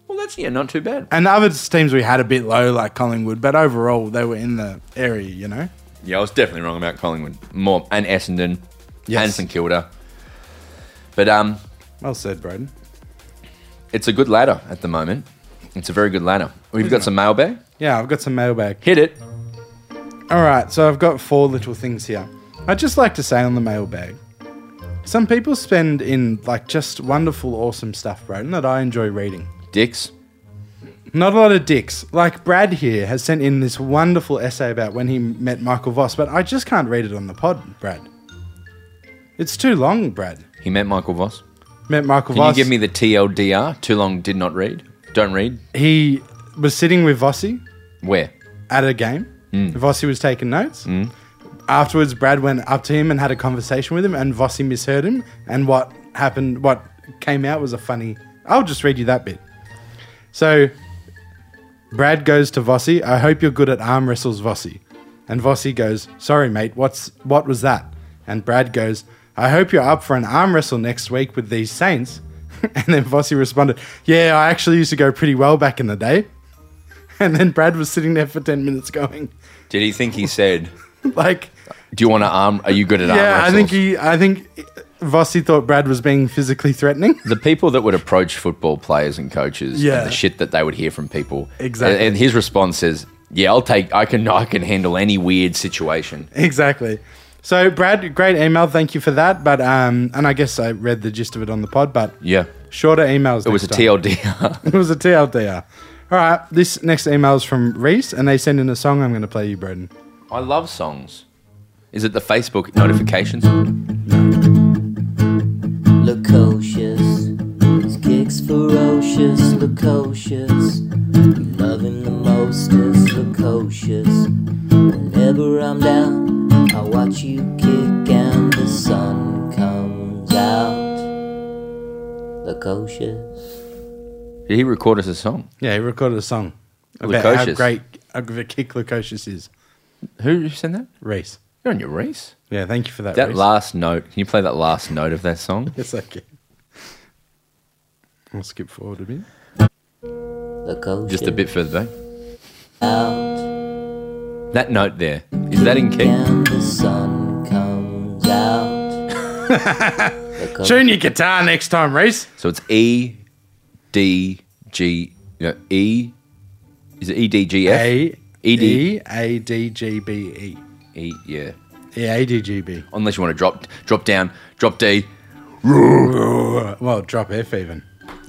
S1: well, that's yeah, not too bad.
S2: And the other teams we had a bit low, like Collingwood, but overall, they were in the area, you know?
S1: Yeah, I was definitely wrong about Collingwood. More and Essendon,
S2: Yes.
S1: and St Kilda. But um,
S2: Well said, Broden.
S1: it's a good ladder at the moment. It's a very good ladder. We've got some mailbag.
S2: Yeah, I've got some mailbag.
S1: Hit it.
S2: All right, so I've got four little things here. I'd just like to say on the mailbag, some people spend in like just wonderful, awesome stuff, Broden, that I enjoy reading.
S1: Dicks.
S2: Not a lot of dicks. Like Brad here has sent in this wonderful essay about when he met Michael Voss, but I just can't read it on the pod, Brad. It's too long, Brad.
S1: He met Michael Voss.
S2: Met Michael
S1: Can
S2: Voss.
S1: you give me the TLDR? Too long. Did not read. Don't read.
S2: He was sitting with Vossi
S1: Where?
S2: at a game. Vossi was taking notes. Afterwards, Brad went up to him and had a conversation with him, and Vossi misheard him. And what happened, what came out was a funny. I'll just read you that bit. So, Brad goes to Vossi. I hope you're good at arm wrestles, Vossi. And Vossi goes, "Sorry, mate. What's what was that?" And Brad goes, "I hope you're up for an arm wrestle next week with these Saints." [LAUGHS] and then Vossi responded, "Yeah, I actually used to go pretty well back in the day." [LAUGHS] And then Brad was sitting there for ten minutes going, [LAUGHS]
S1: Did he think he said?
S2: like,
S1: Do you want to arm? Are you good at arm
S2: yeah, I
S1: wrestles?
S2: think he, I think Vossi thought Brad was being physically threatening. [LAUGHS]
S1: the people that would approach football players and coaches
S2: Yeah.
S1: and the shit that they would hear from people
S2: Exactly.
S1: and, and his response is yeah i'll take i can i can handle any weird situation
S2: exactly. So Brad, great email, thank you for that. But um, and I guess I read the gist of it on the pod, but
S1: yeah
S2: shorter emails.
S1: it was a tldr
S2: [LAUGHS] It was a TLDR. All right, this next email is from Reese, and they send in a song. I'm going to play you, Broden.
S1: [LAUGHS] i love songs is it the facebook notifications
S3: Lococious. His kick's ferocious, lococious. You love him the most is lococious. Whenever I'm down, I watch you kick and the sun comes out. Lococious.
S1: did he record us a song
S2: Yeah, he recorded a song about how
S1: Lukosius.
S2: great uh, the kick Lukosius is.
S1: who sent that
S2: Reese.
S1: You're on your Reese.
S2: Yeah, thank you for that.
S1: That
S2: Reece.
S1: last note. Can you play that last note of that song?
S2: Yes, I can. I'll skip forward a bit.
S1: [LAUGHS]
S3: Lukosius.
S1: Just a bit further back.
S3: Out
S1: That note there. Is that in key?
S3: and the sun comes
S1: [LAUGHS]
S3: out. Lukosius.
S2: Tune your guitar next time, Reese.
S1: So it's E, D, G. No, E. Is it E D G F?
S2: A
S1: E-D.
S2: E A D G B E.
S1: E. Yeah.
S2: E A D G
S1: [LAUGHS]
S2: B.
S1: Unless you want to drop, drop down, drop D.
S2: Well, drop F even.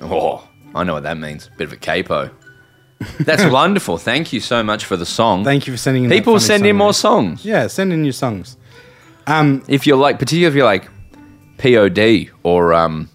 S1: Oh, I know what that means. Bit of a [LAUGHS] capo. That's wonderful. Thank you so much for the song.
S2: Thank you for sending in that
S1: People
S2: funny
S1: send in
S2: song,
S1: more
S2: Reece.
S1: songs.
S2: Yeah, send in your songs.
S1: If you're like, particularly if you're like POD or um,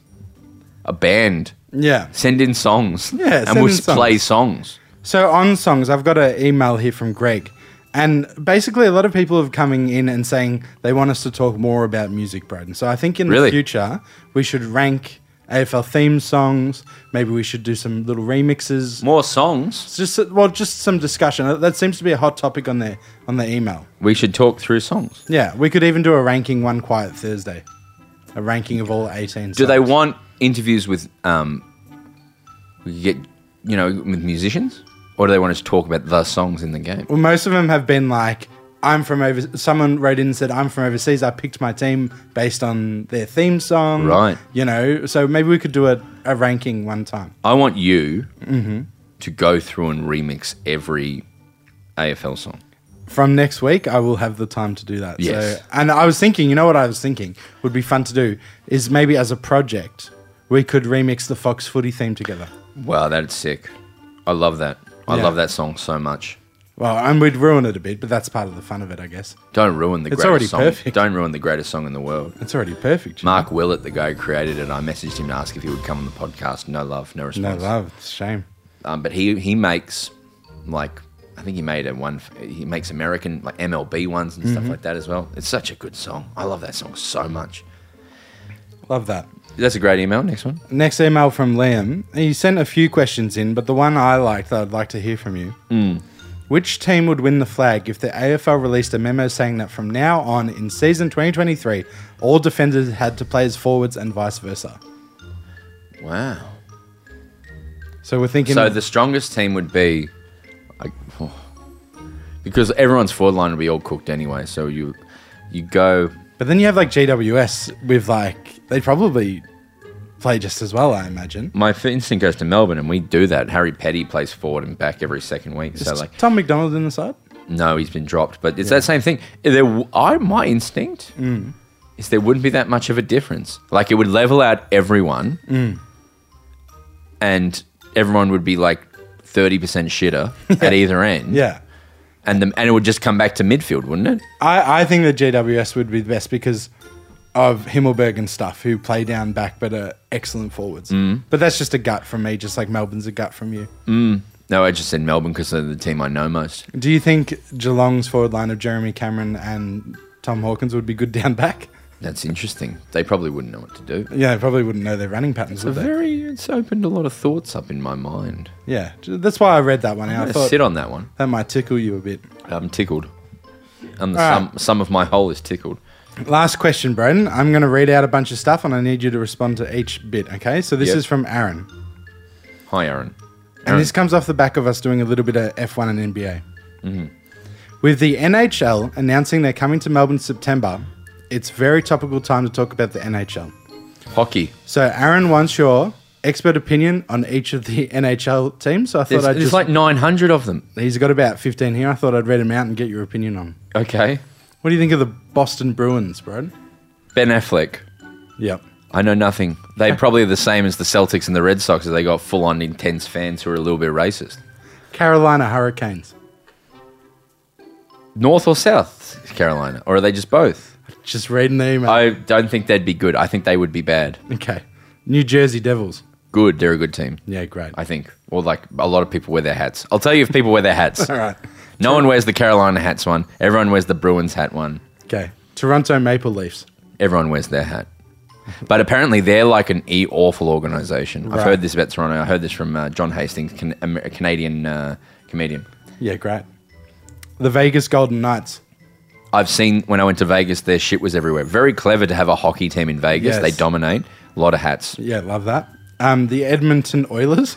S1: a band,
S2: Yeah.
S1: send in songs.
S2: Yeah,
S1: and
S2: send
S1: we'll
S2: in
S1: s- play songs.
S2: So on songs, I've got an email here from Greg, and basically a lot of people have coming in and saying they want us to talk more about music, Broden. So I think in
S1: Really?
S2: the future we should rank AFL theme songs. Maybe we should do some little remixes.
S1: More songs.
S2: It's just well, just some discussion. That seems to be a hot topic on the on the email.
S1: We should talk through songs.
S2: Yeah, we could even do a ranking one quiet Thursday, a ranking of all eighteen.
S1: Do they want interviews with um? We could get you know with musicians, or do they want us to talk about the songs in the game?
S2: Well, most of them have been like, I'm from over. Someone wrote in and said, I'm from overseas. I picked my team based on their theme song.
S1: Right.
S2: You know, so maybe we could do a, a ranking one time.
S1: I want you
S2: Mm-hmm.
S1: to go through and remix every AFL song.
S2: From next week, I will have the time to do that.
S1: Yes.
S2: So, and I was thinking, you know what I was thinking would be fun to do is maybe as a project, we could remix the Fox footy theme together.
S1: Wow, that's sick. I love that. I
S2: Yeah.
S1: love that song so much.
S2: Well, and we'd ruin it a bit, but that's part of the fun of it, I guess.
S1: Don't ruin the
S2: It's
S1: greatest
S2: already
S1: song.
S2: perfect.
S1: Don't ruin the greatest song in the world.
S2: It's already perfect. you
S1: Mark Willett, the guy who created it, I messaged him to ask if he would come on the podcast. No love, no
S2: know.
S1: response.
S2: No love. It's a shame.
S1: Um, but he he makes like I think he made a one. He makes American like MLB ones and stuff like that as well. It's such a good song. I love that song so much.
S2: Love that.
S1: That's a great email. Next one.
S2: Next email from Liam. He sent a few questions in, but the one I liked that I'd like to hear from you.
S1: Hmm.
S2: Which team would win the flag if the AFL released a memo saying that from now on in season 2023, all defenders had to play as forwards and vice versa?
S1: Wow.
S2: So we're thinking.
S1: So the strongest team would be, I, because everyone's forward line would be all cooked anyway. So you you go
S2: but then you have like GWS with like. They probably play just as well, I imagine.
S1: my f- instinct goes to Melbourne, and we do that. Harry Petty plays forward and back every second week. So
S2: Is
S1: like,
S2: Tom McDonald in the side?
S1: no, he's been dropped. But it's that same thing. There, w- I my instinct
S2: Mm.
S1: is there wouldn't be that much of a difference. Like it would level out everyone,
S2: Mm.
S1: and everyone would be like thirty percent shitter
S2: [LAUGHS]
S1: at either end.
S2: Yeah.
S1: and the, and it would just come back to midfield, wouldn't it?
S2: I, I think that GWS would be the best because of Himmelberg and stuff, who play down back but are excellent forwards.
S1: Mm.
S2: But that's just a gut from me, just like Melbourne's a gut from you.
S1: No, I just said Melbourne because they're the team I know most.
S2: Do you think Geelong's forward line of Jeremy Cameron and Tom Hawkins would be good down back?
S1: That's interesting. They probably wouldn't know what to do.
S2: Yeah, they probably wouldn't know their running
S1: It's
S2: patterns,
S1: a
S2: would they?
S1: very it's opened a lot of thoughts up in my mind.
S2: yeah, j- that's why I read that one.
S1: I'm
S2: out. I
S1: gonna
S2: thought
S1: sit on that one.
S2: that might tickle you a bit.
S1: I'm tickled. I'm the
S2: All
S1: sum, sum of my whole is tickled.
S2: Last question, Braden. I'm going to read out a bunch of stuff and I need you to respond to each bit, okay? So this
S1: Yep.
S2: is from Aaron.
S1: Hi, Aaron.
S2: And this comes off the back of us doing a little bit of F1 and NBA.
S1: Mm-hmm.
S2: With the NHL announcing they're coming to Melbourne September, it's very topical time to talk about the NHL.
S1: Hockey.
S2: So, Aaron wants your expert opinion on each of the [LAUGHS] NHL teams. So I thought
S1: There's,
S2: I'd
S1: there's
S2: just
S1: like 900 of them.
S2: he's got about fifteen here. I thought I'd read him out and get your opinion on. 'em.
S1: Okay.
S2: What do you think of the Boston Bruins, bro?
S1: Ben Affleck.
S2: Yep.
S1: I know nothing.
S2: [LAUGHS]
S1: They probably are the same as the Celtics and the Red Sox. as They got full on intense fans who are a little bit racist.
S2: Carolina Hurricanes.
S1: North or South Carolina, or are they just both?
S2: Just reading the email.
S1: I don't think they'd be good. I think they would be bad.
S2: okay. New Jersey Devils.
S1: Good. They're a good team.
S2: Yeah, great.
S1: I think. Or like a lot of people wear their hats. I'll tell you if people wear their hats.
S2: [LAUGHS] All right.
S1: No one wears the Carolina hats one. Everyone wears the Bruins hat one.
S2: Okay. Toronto Maple Leafs.
S1: Everyone wears their hat. But apparently they're like an e awful organization. I've
S2: Right.
S1: heard this about Toronto. I heard this from uh, John Hastings, can, Amer- Canadian uh, comedian.
S2: Yeah, great. The Vegas Golden Knights.
S1: I've seen when I went to Vegas, their shit was everywhere. Very clever to have a hockey team in Vegas.
S2: Yes.
S1: They dominate. A lot of hats.
S2: Yeah, love that. Um, the Edmonton Oilers.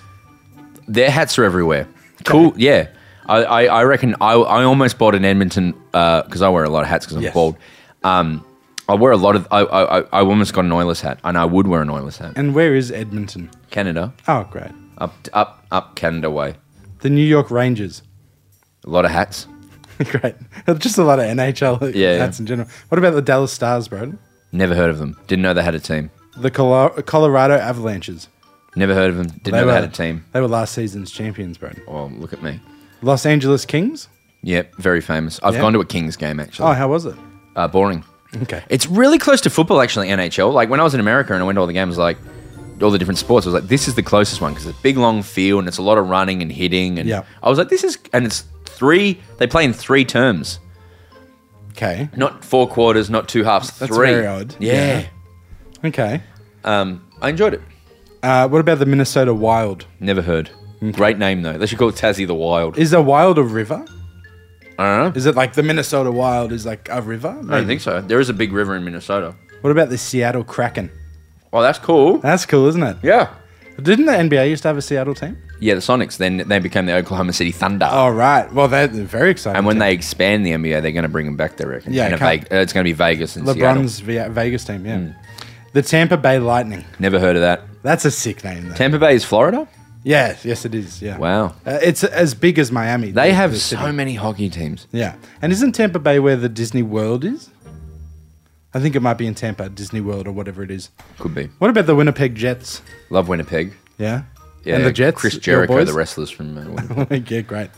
S1: Their hats are everywhere. Cool. Yeah. I, I, I reckon I, I almost bought an Edmonton because I wear a lot of hats because I'm
S2: Yes.
S1: bald. Um, I wear a lot of. I, I, I- I almost got an Oilers hat, and I would wear an Oilers hat.
S2: And where is Edmonton?
S1: Canada,
S2: Oh, great.
S1: up up up Canada way.
S2: The New York Rangers. [LAUGHS]
S1: A lot of hats.
S2: great. Just a lot of NHL
S1: Yeah,
S2: hats
S1: yeah.
S2: in general. What about the Dallas Stars, bro?
S1: Never heard of them. Didn't know they had a team.
S2: The Colo- Colorado Avalanches.
S1: Never heard of them. Didn't know they had a team.
S2: They were last season's champions, bro.
S1: Well, look at me.
S2: Los Angeles Kings.
S1: Yep, very famous. I've
S2: Yeah.
S1: gone to a Kings game actually.
S2: Oh, how was it?
S1: uh, boring.
S2: Okay.
S1: It's really close to football, actually, NHL. Like, when I was in America and I went to all the games, like, all the different sports, I was like, this is the closest one because it's a big, long field and it's a lot of running and hitting. And
S2: Yeah.
S1: I was like, this is, and it's three, they play in three terms,
S2: Okay.
S1: not four quarters, not two halves,
S2: That's
S1: three.
S2: very odd.
S1: Yeah.
S2: Okay.
S1: Um, I enjoyed it.
S2: Uh, what about the Minnesota Wild?
S1: Never heard. Great name, though. They should call it Tassie the Wild.
S2: Is a wild a river?
S1: I don't know.
S2: Is it like the Minnesota Wild is like a river?
S1: I don't think so. There is a big river in Minnesota.
S2: What about the Seattle Kraken?
S1: Oh, that's cool.
S2: That's cool, isn't it?
S1: Yeah.
S2: Didn't the NBA used to have a Seattle team?
S1: Yeah, the Sonics, then they became the Oklahoma City Thunder.
S2: Oh, right. Well, they're they're very exciting.
S1: And when
S2: team.
S1: they expand the NBA, they're going to bring them back, they reckon.
S2: Yeah,
S1: And a
S2: can't-
S1: Ve- uh, it's going to be Vegas and Seattle. Hmm.
S2: LeBron's Ve- Vegas team, yeah. The Tampa Bay Lightning.
S1: Never heard of that.
S2: That's a sick name, though.
S1: Tampa Bay is Florida.
S2: yeah, yes, it is. Yeah.
S1: Wow.
S2: Uh, it's as big as Miami.
S1: They
S2: the-
S1: have
S2: the
S1: so
S2: city.
S1: many hockey teams.
S2: Yeah. And isn't Tampa Bay where the Disney World is? I think it might be in Tampa, Disney World, or whatever it is.
S1: Could be.
S2: What about the Winnipeg Jets?
S1: Love Winnipeg.
S2: Yeah.
S1: Yeah,
S2: and the Jets.
S1: Chris
S2: your
S1: Jericho,
S2: boys? [LAUGHS] Oh,
S1: the wrestlers from. Uh, Winnipeg.
S2: yeah, great.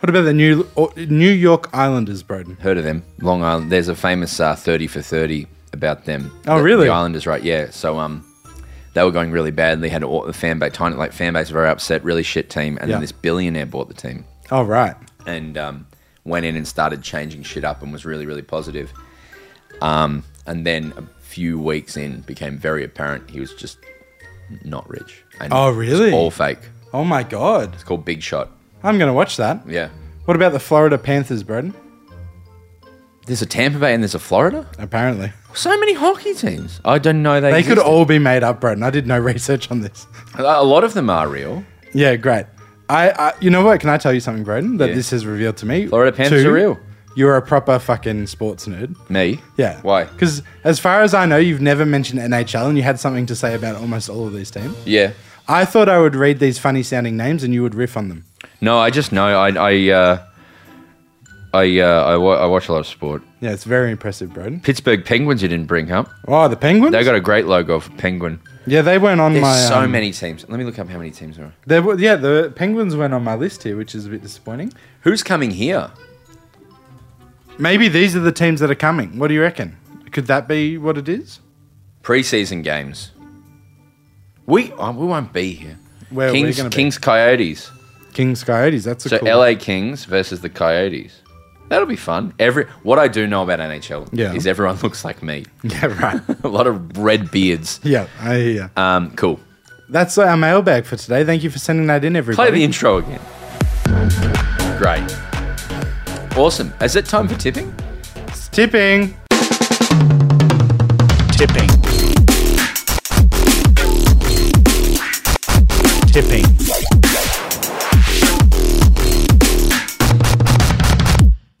S2: What about the New or, New York Islanders, Broden?
S1: heard of them? Long Island. There's a famous uh, thirty for thirty about them.
S2: Oh,
S1: The-
S2: really?
S1: The Islanders, right? Yeah. So um, they were going really badly. Had all, the fan base, tiny like fan base, very upset. Really shit team. And
S2: Yeah.
S1: then this billionaire bought the team.
S2: Oh, right.
S1: and um, went in and started changing shit up and was really really positive. Um, and then a few weeks in, became very apparent he was just not rich. And
S2: Oh,
S1: it was
S2: really?
S1: All fake.
S2: Oh my God,
S1: It's called Big Shot.
S2: I'm gonna watch that.
S1: Yeah.
S2: What about the Florida Panthers, Broden?
S1: There's a Tampa Bay and there's a Florida.
S2: Apparently,
S1: So many hockey teams. I didn't know they.
S2: they could
S1: existed.
S2: all be made up, Broden. I did no [LAUGHS] research on this.
S1: A lot of them are real.
S2: Yeah, great. I, I you know what? Can I tell you something, Broden? That
S1: Yeah.
S2: this has revealed to me.
S1: Florida Panthers
S2: Two,
S1: are real.
S2: You're a proper fucking sports nerd.
S1: Me.
S2: Yeah.
S1: Why?
S2: Because as far as I know, you've never mentioned NHL, and you had something to say about almost all of these teams.
S1: Yeah.
S2: I thought I would read these funny sounding names, and you would riff on them.
S1: No, I just know. I I uh, I uh, I, wa- I watch a lot of sport.
S2: Yeah, it's very impressive, Broden.
S1: Pittsburgh Penguins. You didn't bring up.
S2: Oh, the Penguins.
S1: They got a great logo for Penguin.
S2: yeah, they went on
S1: There's
S2: my.
S1: so
S2: um,
S1: many teams. Let me look up how many teams are.
S2: They were, yeah, the Penguins went on my list here, which is a bit disappointing.
S1: Who's coming here?
S2: Maybe these are the teams that are coming. What do you reckon? Could that be what it is?
S1: Preseason games. We oh, we won't be here.
S2: Where are we
S1: Kings
S2: gonna be?
S1: Kings Coyotes.
S2: Kings Coyotes. That's a
S1: So
S2: cool.
S1: LA Kings versus the Coyotes. That'll be fun. Every what I do know about NHL
S2: Yeah.
S1: is everyone [LAUGHS] looks like me.
S2: [LAUGHS] Yeah, right.
S1: [LAUGHS] A lot of red beards.
S2: yeah, I hear ya.
S1: Um, cool.
S2: That's our mailbag for today. Thank you for sending that in, everybody.
S1: Play the intro again. Great. Awesome. Is it time for tipping?
S2: It's tipping.
S4: Tipping. Tipping.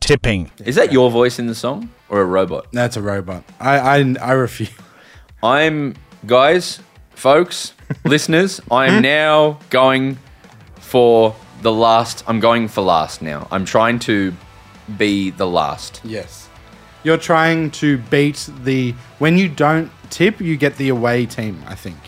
S4: Tipping.
S1: Is that your voice in the song or a robot?
S2: That's a robot. I I, I refuse. [LAUGHS]
S1: I'm guys, folks, listeners. I am now going for the last. I'm going for last now. I'm trying to be the last.
S2: Yes. You're trying to beat the. When you don't tip, you get the away team, I think.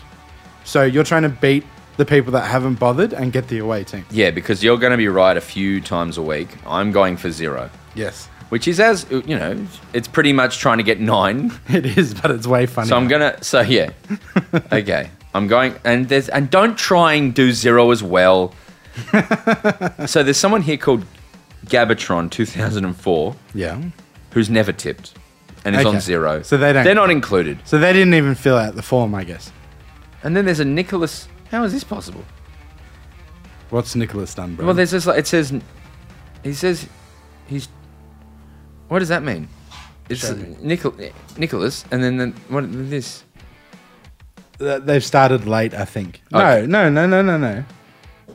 S2: So you're trying to beat the people that haven't bothered and get the away team.
S1: Yeah, because you're going to be right a few times a week. I'm going for zero,
S2: Yes. [LAUGHS]
S1: which is as you know, it's pretty much trying to get nine.
S2: It is, but it's way funny.
S1: So I'm gonna. So
S2: [LAUGHS]
S1: yeah, okay. I'm going and there's and don't try and do zero as
S2: [LAUGHS]
S1: well. so there's someone here called Gabatron 2004.
S2: Yeah.
S1: who's never tipped and is
S2: Okay.
S1: on zero.
S2: So they don't-
S1: They're not included.
S2: So they didn't even fill out the form, I guess.
S1: And then there's a Nicholas. How is this possible?
S2: What's Nicholas done, bro?
S1: Well, there's this. Like, it says. He says. He's. What does that mean? It's
S2: Show me.
S1: Nicol- Nicholas, and then the, what this?
S2: Th- Uh, They've started late, I think.
S1: Okay.
S2: No, no, no, no, no, no.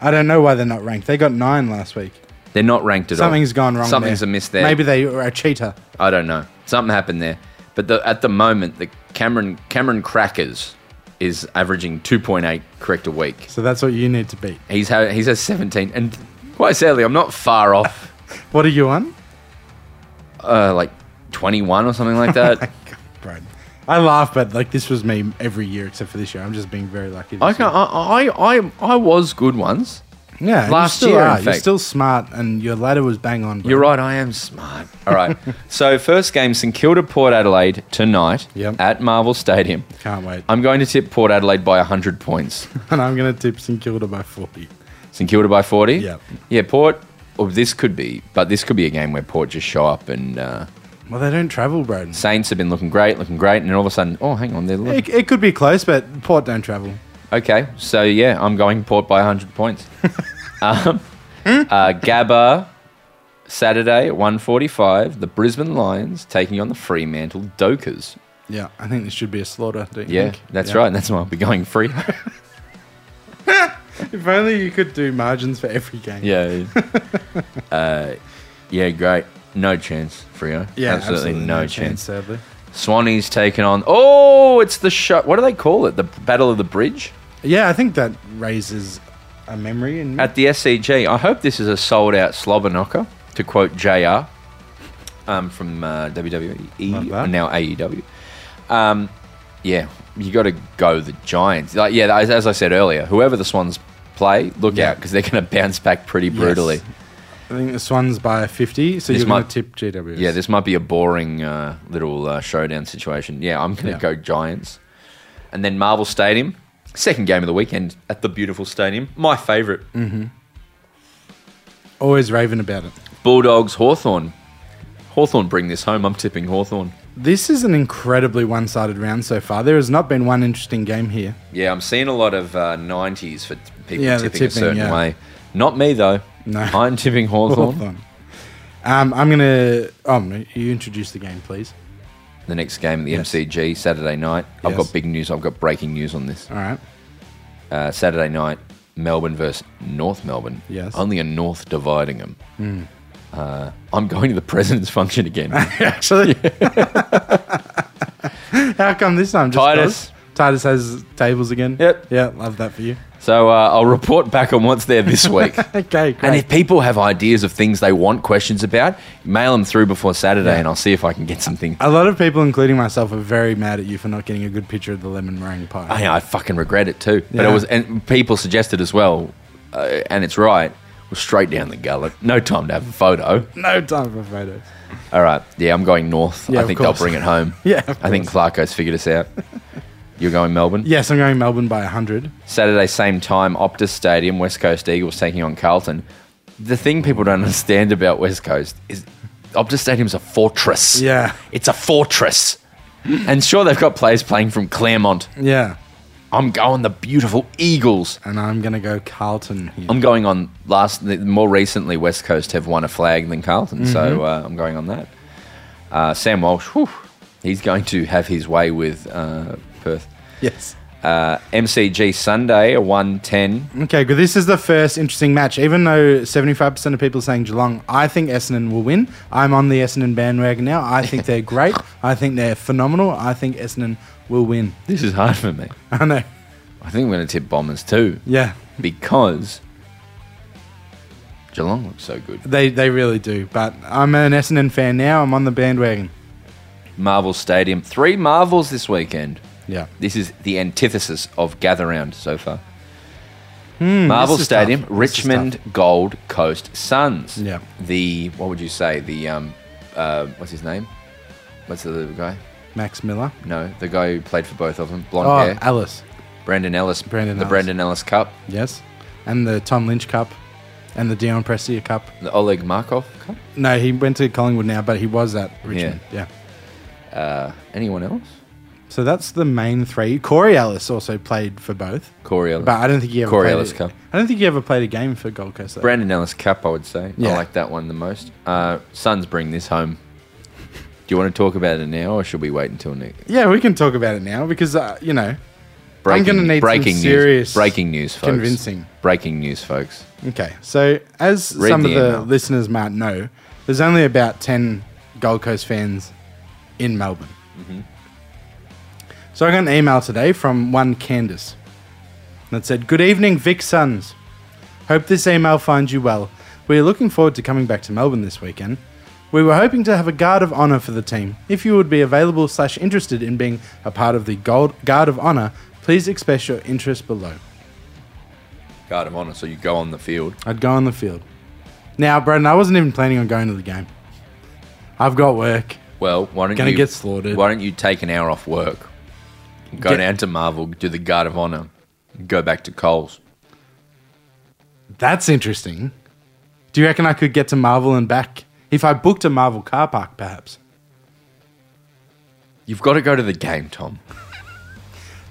S2: I don't know why they're not ranked. They got nine last week.
S1: They're not ranked at all.
S2: Something's gone wrong.
S1: Oh, Something's
S2: there.
S1: amiss there.
S2: Maybe they are a cheater.
S1: I don't know. Something happened there. But the, at the moment, the Cameron Cameron Crackers is averaging 2.8 correct a week.
S2: So that's what you need to beat.
S1: He's ha- he's has 17, and quite sadly, I'm not far off, [LAUGHS]
S2: What are you on,
S1: uh, like 21 or something like that.
S2: Brad? I laugh, but like this was me every year except for this year. I'm just being very lucky.
S1: [LAUGHS]
S2: This
S1: I, can,
S2: year.
S1: I, I I I was good once.
S2: Yeah, and
S1: Last
S2: you still
S1: year, in
S2: are. You're
S1: fact.
S2: still smart, and your ladder was bang on. Bro.
S1: You're right. I am smart. All [LAUGHS] right. so first game, St Kilda Port Adelaide tonight
S2: Yep.
S1: at Marvel Stadium.
S2: Can't wait.
S1: I'm going to tip Port Adelaide by 100 points.
S2: [LAUGHS] and I'm going to tip St Kilda by 40.
S1: St Kilda by 40.
S2: Yep.
S1: Yeah, Port. Or this could be, but this could be a game where Port just show up and uh,
S2: Well, they don't travel, Braden.
S1: Saints have been looking great, looking great, and then all of a sudden, oh, hang on, they're looking.
S2: It, it could be close, but Port don't travel.
S1: Okay, so yeah, I'm going Port by 100
S2: [LAUGHS]
S1: points. um,
S2: Hmm?
S1: uh, Gabba, Saturday at 1.45, the Brisbane Lions taking on the Fremantle Dockers.
S2: Yeah, I think this should be a slaughter. Don't you
S1: Yeah,
S2: think?
S1: that's
S2: Yeah.
S1: right. That's why I'll be going
S2: [LAUGHS]
S1: free.
S2: If only you could do margins for every game.
S1: yeah. uh, yeah, great. No chance, Frio.
S2: Yeah,
S1: absolutely, no, chance.
S2: Sadly,
S1: Swanee's taking on. Oh, it's the shot. What do they call it? The Battle of the Bridge
S2: yeah, I think that raises a memory in me.
S1: at the SCG. I hope this is a sold-out slobber knocker. To quote JR um, from uh,
S2: Love
S1: WWE
S2: that.
S1: and now AEW. Um, yeah, you got to go the Giants. Like, yeah, as, as I said earlier, whoever the Swans play, look
S2: Yeah.
S1: out because they're going to [LAUGHS] bounce back pretty brutally.
S2: I think the Swans by fifty, so
S1: This
S2: you're going
S1: might-
S2: to tip GWS.
S1: Yeah, this might be a boring uh, little uh, showdown situation. Yeah, I'm going to
S2: Yeah.
S1: go Giants. And then Marvel Stadium, second game of the weekend at the beautiful stadium. My favourite.
S2: Mm. always raving about it.
S1: Bulldogs Hawthorn. Hawthorn bring this home. I'm tipping Hawthorn.
S2: This is an incredibly one-sided round so far. There has not been one interesting game here.
S1: Yeah, I'm seeing a lot of uh, 90s for t- people
S2: Yeah, the
S1: tipping, a
S2: tipping,
S1: certain
S2: yeah.
S1: way. Not me,
S2: [LAUGHS]
S1: though.
S2: No.
S1: I'm tipping Hawthorn.
S2: Hawthorn. Um, I'm gonna. Oh, you introduce the game, please.
S1: The next game at the
S2: Yes.
S1: MCG, Saturday night. I've
S2: Yes.
S1: got big news. I've got breaking news on this.
S2: All right. [LAUGHS]
S1: uh, Saturday night, Melbourne versus North Melbourne.
S2: Yes. Hmm.
S1: Only a North dividing them. Uh, I'm going to the president's [LAUGHS] function
S2: [LAUGHS]
S1: again. [LAUGHS]
S2: Actually, how come this time? Just
S1: Titus.
S2: 'cause? Titus has tables again.
S1: Yep.
S2: Yeah, love that for you.
S1: so uh, I'll report back on what's there this week.
S2: [LAUGHS] Okay, [LAUGHS] great.
S1: and if people have ideas of things they want questions about, mail them through before Saturday and I'll see if I can get something.
S2: a lot of people, including myself, are very mad at you for not getting a good picture of the lemon meringue pie.
S1: I, I fucking regret it too. But
S2: Yeah.
S1: it was, and people suggested as well, uh, and it's right, was straight down the gullet. No time to have a photo.
S2: No time for photos.
S1: All right. Yeah, I'm going north.
S2: Yeah,
S1: I
S2: of
S1: think they'll
S2: course.
S1: bring it home.
S2: [LAUGHS] Yeah, of
S1: I think Clarko's figured us
S2: [LAUGHS]
S1: out. You're going Melbourne?
S2: Yes, I'm going Melbourne by 100.
S1: Saturday, same time, Optus Stadium, West Coast Eagles taking on Carlton. The thing people don't understand about West Coast is Optus Stadium's a fortress.
S2: Yeah.
S1: It's a fortress. and sure, they've got players playing from Claremont.
S2: Yeah.
S1: I'm going the beautiful Eagles.
S2: And I'm going to go Carlton here.
S1: I'm going on last, more recently, West Coast have won a flag than Carlton. So uh, I'm going on that. Uh, Sam Walsh, whew, he's going to have his way with uh, Perth.
S2: yes.
S1: Uh, MCG Sunday, a 110.
S2: Okay, good. This is the first interesting match. Even though 75% of people are saying Geelong, I think Essendon will win. I'm on the Essendon bandwagon now. I think [LAUGHS] they're great. I think they're phenomenal. I think Essendon will win. [LAUGHS]
S1: This is hard for me.
S2: I know.
S1: I think I'm going to tip Bombers too
S2: Yeah.
S1: because Geelong looks so good.
S2: They they really do. But I'm an Essendon fan now. I'm on the bandwagon.
S1: Marvel Stadium, three Marvels this weekend.
S2: Yeah.
S1: This is the antithesis of Gather Round so far. Marvel
S2: Hmm, this is
S1: Stadium,
S2: tough. This is
S1: Richmond Gold Coast Suns.
S2: Yeah.
S1: The what would you say? The um, uh, what's his name? What's the other guy?
S2: Max Miller.
S1: No, the guy who played for both of them, blonde
S2: Oh,
S1: hair,
S2: Alice.
S1: Brandon Ellis,
S2: Brandon
S1: the
S2: Ellis.
S1: Brandon Ellis Cup,
S2: Yes. And the Tom Lynch Cup and the Dion Prestia Cup.
S1: the Oleg Markov Cup.
S2: No, he went to Collingwood now, but he was at Richmond. Yeah.
S1: Uh, anyone else?
S2: So that's the main three. Corey Ellis also played for both,
S1: Corey Ellis.
S2: but I don't think he ever
S1: Corey
S2: played
S1: Ellis
S2: it.
S1: Cup.
S2: I don't think he ever played a game for Gold Coast. Though.
S1: Brandon Ellis Cup, I would say.
S2: Yeah.
S1: I like that one the most. Uh, Suns bring this home. you want to talk about it now, or should we wait until next?
S2: Yeah, we can talk about it now because uh, you know.
S1: Breaking,
S2: gonna need some
S1: breaking news.
S2: serious
S1: breaking news, folks.
S2: convincing.
S1: Breaking news, folks.
S2: Okay, so as
S1: Read
S2: some
S1: the
S2: of the
S1: email.
S2: listeners might know, there's only about ten Gold Coast fans in Melbourne.
S1: Mm-hmm.
S2: So I got an email today from one Candace that said, "Good evening, Vic Sons. Hope this email finds you well. We are looking forward to coming back to Melbourne this weekend. We were hoping to have a guard of honour for the team. If you would be available slash interested in being a part of the Gold Guard of Honour, please express your interest below.
S1: Guard of honor. So you go on the field.
S2: I'd go on the field. Now, Braden, I wasn't even planning on going to the game. I've got work.
S1: Well, why don't
S2: Gonna
S1: you
S2: get slaughtered.
S1: Why don't you take an hour off work, go
S2: Get-
S1: down to Marvel, do the Guard of Honor, go back to Coles?
S2: That's interesting. Do you reckon I could get to Marvel and back if I booked a Marvel car park, perhaps?
S1: You've got to go to the game, Tom.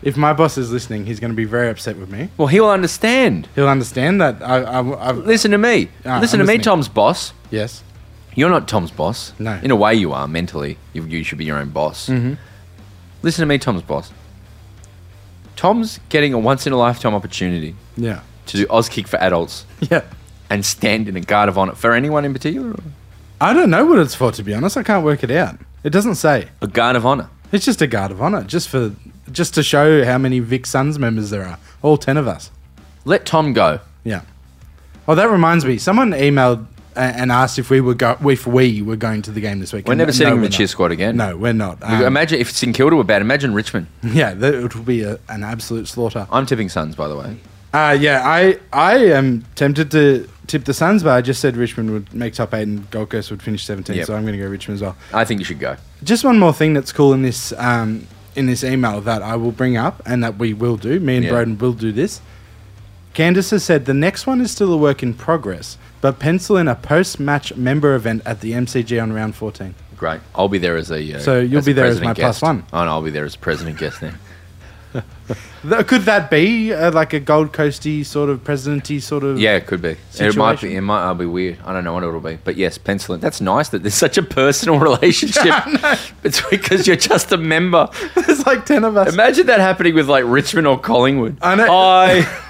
S2: If my boss is listening, he's going to be very upset with me.
S1: Well, he'll understand.
S2: He'll understand that I, I, I
S1: Listen to me.
S2: Ah,
S1: Listen
S2: I'm
S1: to me,
S2: listening.
S1: Tom's boss.
S2: yes,
S1: You're not Tom's boss.
S2: No. Mm-hmm.
S1: In a way, you are mentally. You, you should be your own boss. Listen to me, Tom's boss. Tom's getting a once in a lifetime opportunity
S2: yeah,
S1: to do Oz Kick for adults
S2: [LAUGHS] yeah.
S1: and stand in a guard of honor for anyone in particular.
S2: I don't know what it's for, to be honest. I can't work it out. It doesn't say.
S1: A guard of honor.
S2: It's just a guard of honor, just for just to show how many Vic Suns members there are. All ten of us.
S1: Let Tom go.
S2: Yeah. Oh, that reminds me. Someone emailed a- and asked if we were go- if we were going to the game this weekend.
S1: We're never
S2: No,
S1: sitting with
S2: we're
S1: the cheer
S2: not.
S1: squad again.
S2: No, we're not. Um,
S1: imagine if St Kilda were bad. Imagine Richmond.
S2: yeah, that, it will be a, an absolute slaughter.
S1: I'm tipping Suns, by the way.
S2: Uh, yeah, I I am tempted to tip the Suns, but I just said Richmond would make top eight and Gold Coast would finish 17th,
S1: Yep.
S2: so I'm going to go Richmond as well.
S1: I think you should go.
S2: Just one more thing that's cool in this um, in this email that I will bring up and that we will do. Me and
S1: Yeah.
S2: Broden will do this. Candace has said the next one is still a work in progress, but pencil in a post-match member event at the MCG on round 14.
S1: Great. I'll be there as a. Uh,
S2: So you'll
S1: as
S2: be
S1: a
S2: there as
S1: president
S2: my plus
S1: guest.
S2: one.
S1: Oh, no, I'll be there as president guest then. [LAUGHS]
S2: Th- could that be uh, like a Gold Coasty sort of presidenty sort of?
S1: Yeah, it could be. It might
S2: Situation.
S1: be. It might. I'll be weird. I don't know what it'll be. But yes, penciling. That's nice that there's such a personal [LAUGHS]
S2: [LAUGHS]
S1: relationship. it's because you're just a member.
S2: [LAUGHS] there's like ten of us.
S1: Imagine that happening with like Richmond or Collingwood.
S2: I know.
S1: I.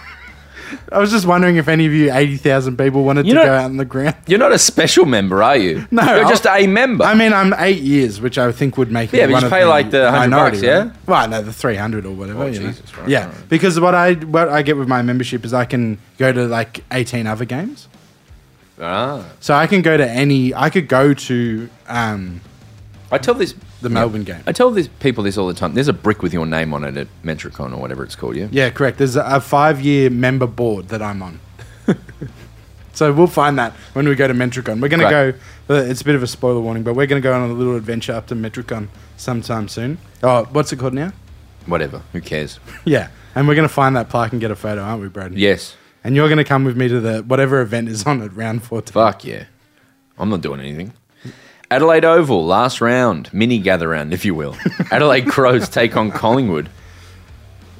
S2: I was just wondering if any of you eighty thousand people wanted
S1: You
S2: to
S1: know-
S2: go out on the ground.
S1: You're not a special member, are you?
S2: No,
S1: you're
S2: I'll-
S1: just a member.
S2: I mean, I'm eight years, which I think would make me
S1: Yeah, but you
S2: one of
S1: pay, like, the 100
S2: minority,
S1: bucks, yeah?
S2: right? Well, no, the three hundred or whatever.
S1: Oh,
S2: you know.
S1: Jesus, right,
S2: yeah,
S1: right.
S2: because what I what I get with my membership is I can go to like eighteen other games,
S1: ah,
S2: so I can go to any. I could go to um,
S1: I tell this.
S2: the Melbourne game.
S1: I tell these people this all the time. There's a brick with your name on it at Metricon or whatever it's called. Yeah.
S2: Yeah, correct. There's a, a five year member board that
S1: [LAUGHS]
S2: I'm on. so we'll find that when we go to Metricon. We're going
S1: Great.
S2: to go, uh, it's a bit of a spoiler warning, but we're going to go on a little adventure up to Metricon sometime soon. Oh, what's it called now?
S1: Whatever. Who cares?
S2: Yeah. And we're going to find that plaque and get a photo, aren't we, Brad?
S1: Yes.
S2: And you're going to come with me to the whatever event is on at round 14.
S1: Fuck yeah. I'm not doing anything. Adelaide Oval, last round, mini gather round, if you
S2: [LAUGHS]
S1: will. Adelaide Crows take on Collingwood.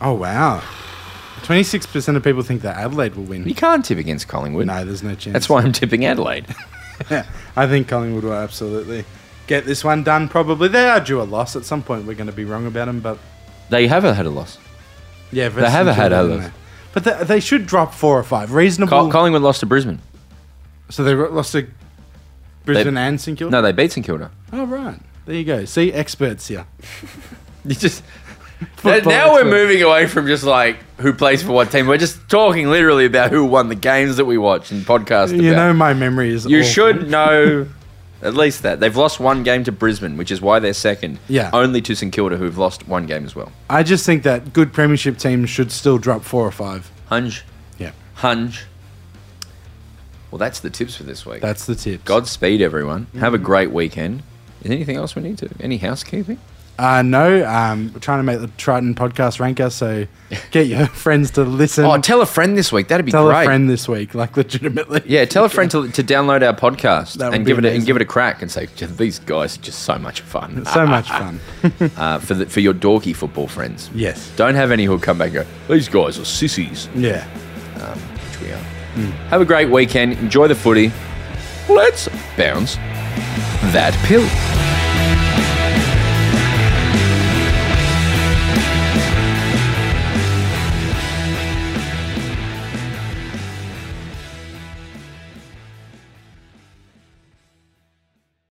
S2: Oh, wow. 26% of people think that Adelaide will
S1: You
S2: win.
S1: can't tip against Collingwood.
S2: No, there's no chance.
S1: That's why I'm tipping Adelaide.
S2: [LAUGHS] I think Collingwood will absolutely get this one done, probably. They are due a loss at some point. We're going to be wrong about them, but.
S1: they have had a loss.
S2: Yeah,
S1: They haven't had
S2: Children,
S1: others.
S2: no. But they, they should drop four or five. Reasonable.
S1: Col- Collingwood lost to Brisbane.
S2: so they ro- lost to Brisbane and St Kilda.
S1: No, they beat St Kilda.
S2: Oh right, there you go. See experts here.
S1: [LAUGHS] You
S2: [LAUGHS]
S1: just now
S2: Football
S1: now we're
S2: expert.
S1: moving away from just like who plays for what team. We're just talking literally about who won the games that we watch and podcast.
S2: You
S1: about.
S2: know my memory is.
S1: You
S2: awful.
S1: should know at least that. They've lost one game to Brisbane, which is why they're second.
S2: Yeah.
S1: Only to St Kilda, who've lost one game as well.
S2: I just think that good premiership teams should still drop four or five.
S1: Hunge.
S2: Yeah,
S1: Hunge. Well, that's the tips for this week.
S2: that's Mm-hmm. the tips.
S1: Godspeed, everyone. Have a great weekend. Is anything else we need to? Any housekeeping?
S2: Uh, no, um, we're trying to make the Triton podcast ranker, so
S1: [LAUGHS]
S2: get your friends to listen.
S1: Oh, tell a friend this week. That'd be
S2: Tell
S1: great.
S2: a friend this week, like legitimately.
S1: Yeah, tell a friend to, to download our podcast
S2: That would
S1: and
S2: be
S1: give it a, and
S2: amazing.
S1: give it a crack and say these guys are just so much fun.
S2: [LAUGHS] so much fun.
S1: uh, for the, for your dorky football friends. [LAUGHS]
S2: Yes.
S1: Don't have any who'll come back and go. These guys are sissies.
S2: Yeah.
S1: which we are.
S2: Hmm.
S1: Have a great weekend. Enjoy the footy. Let's bounce that pill.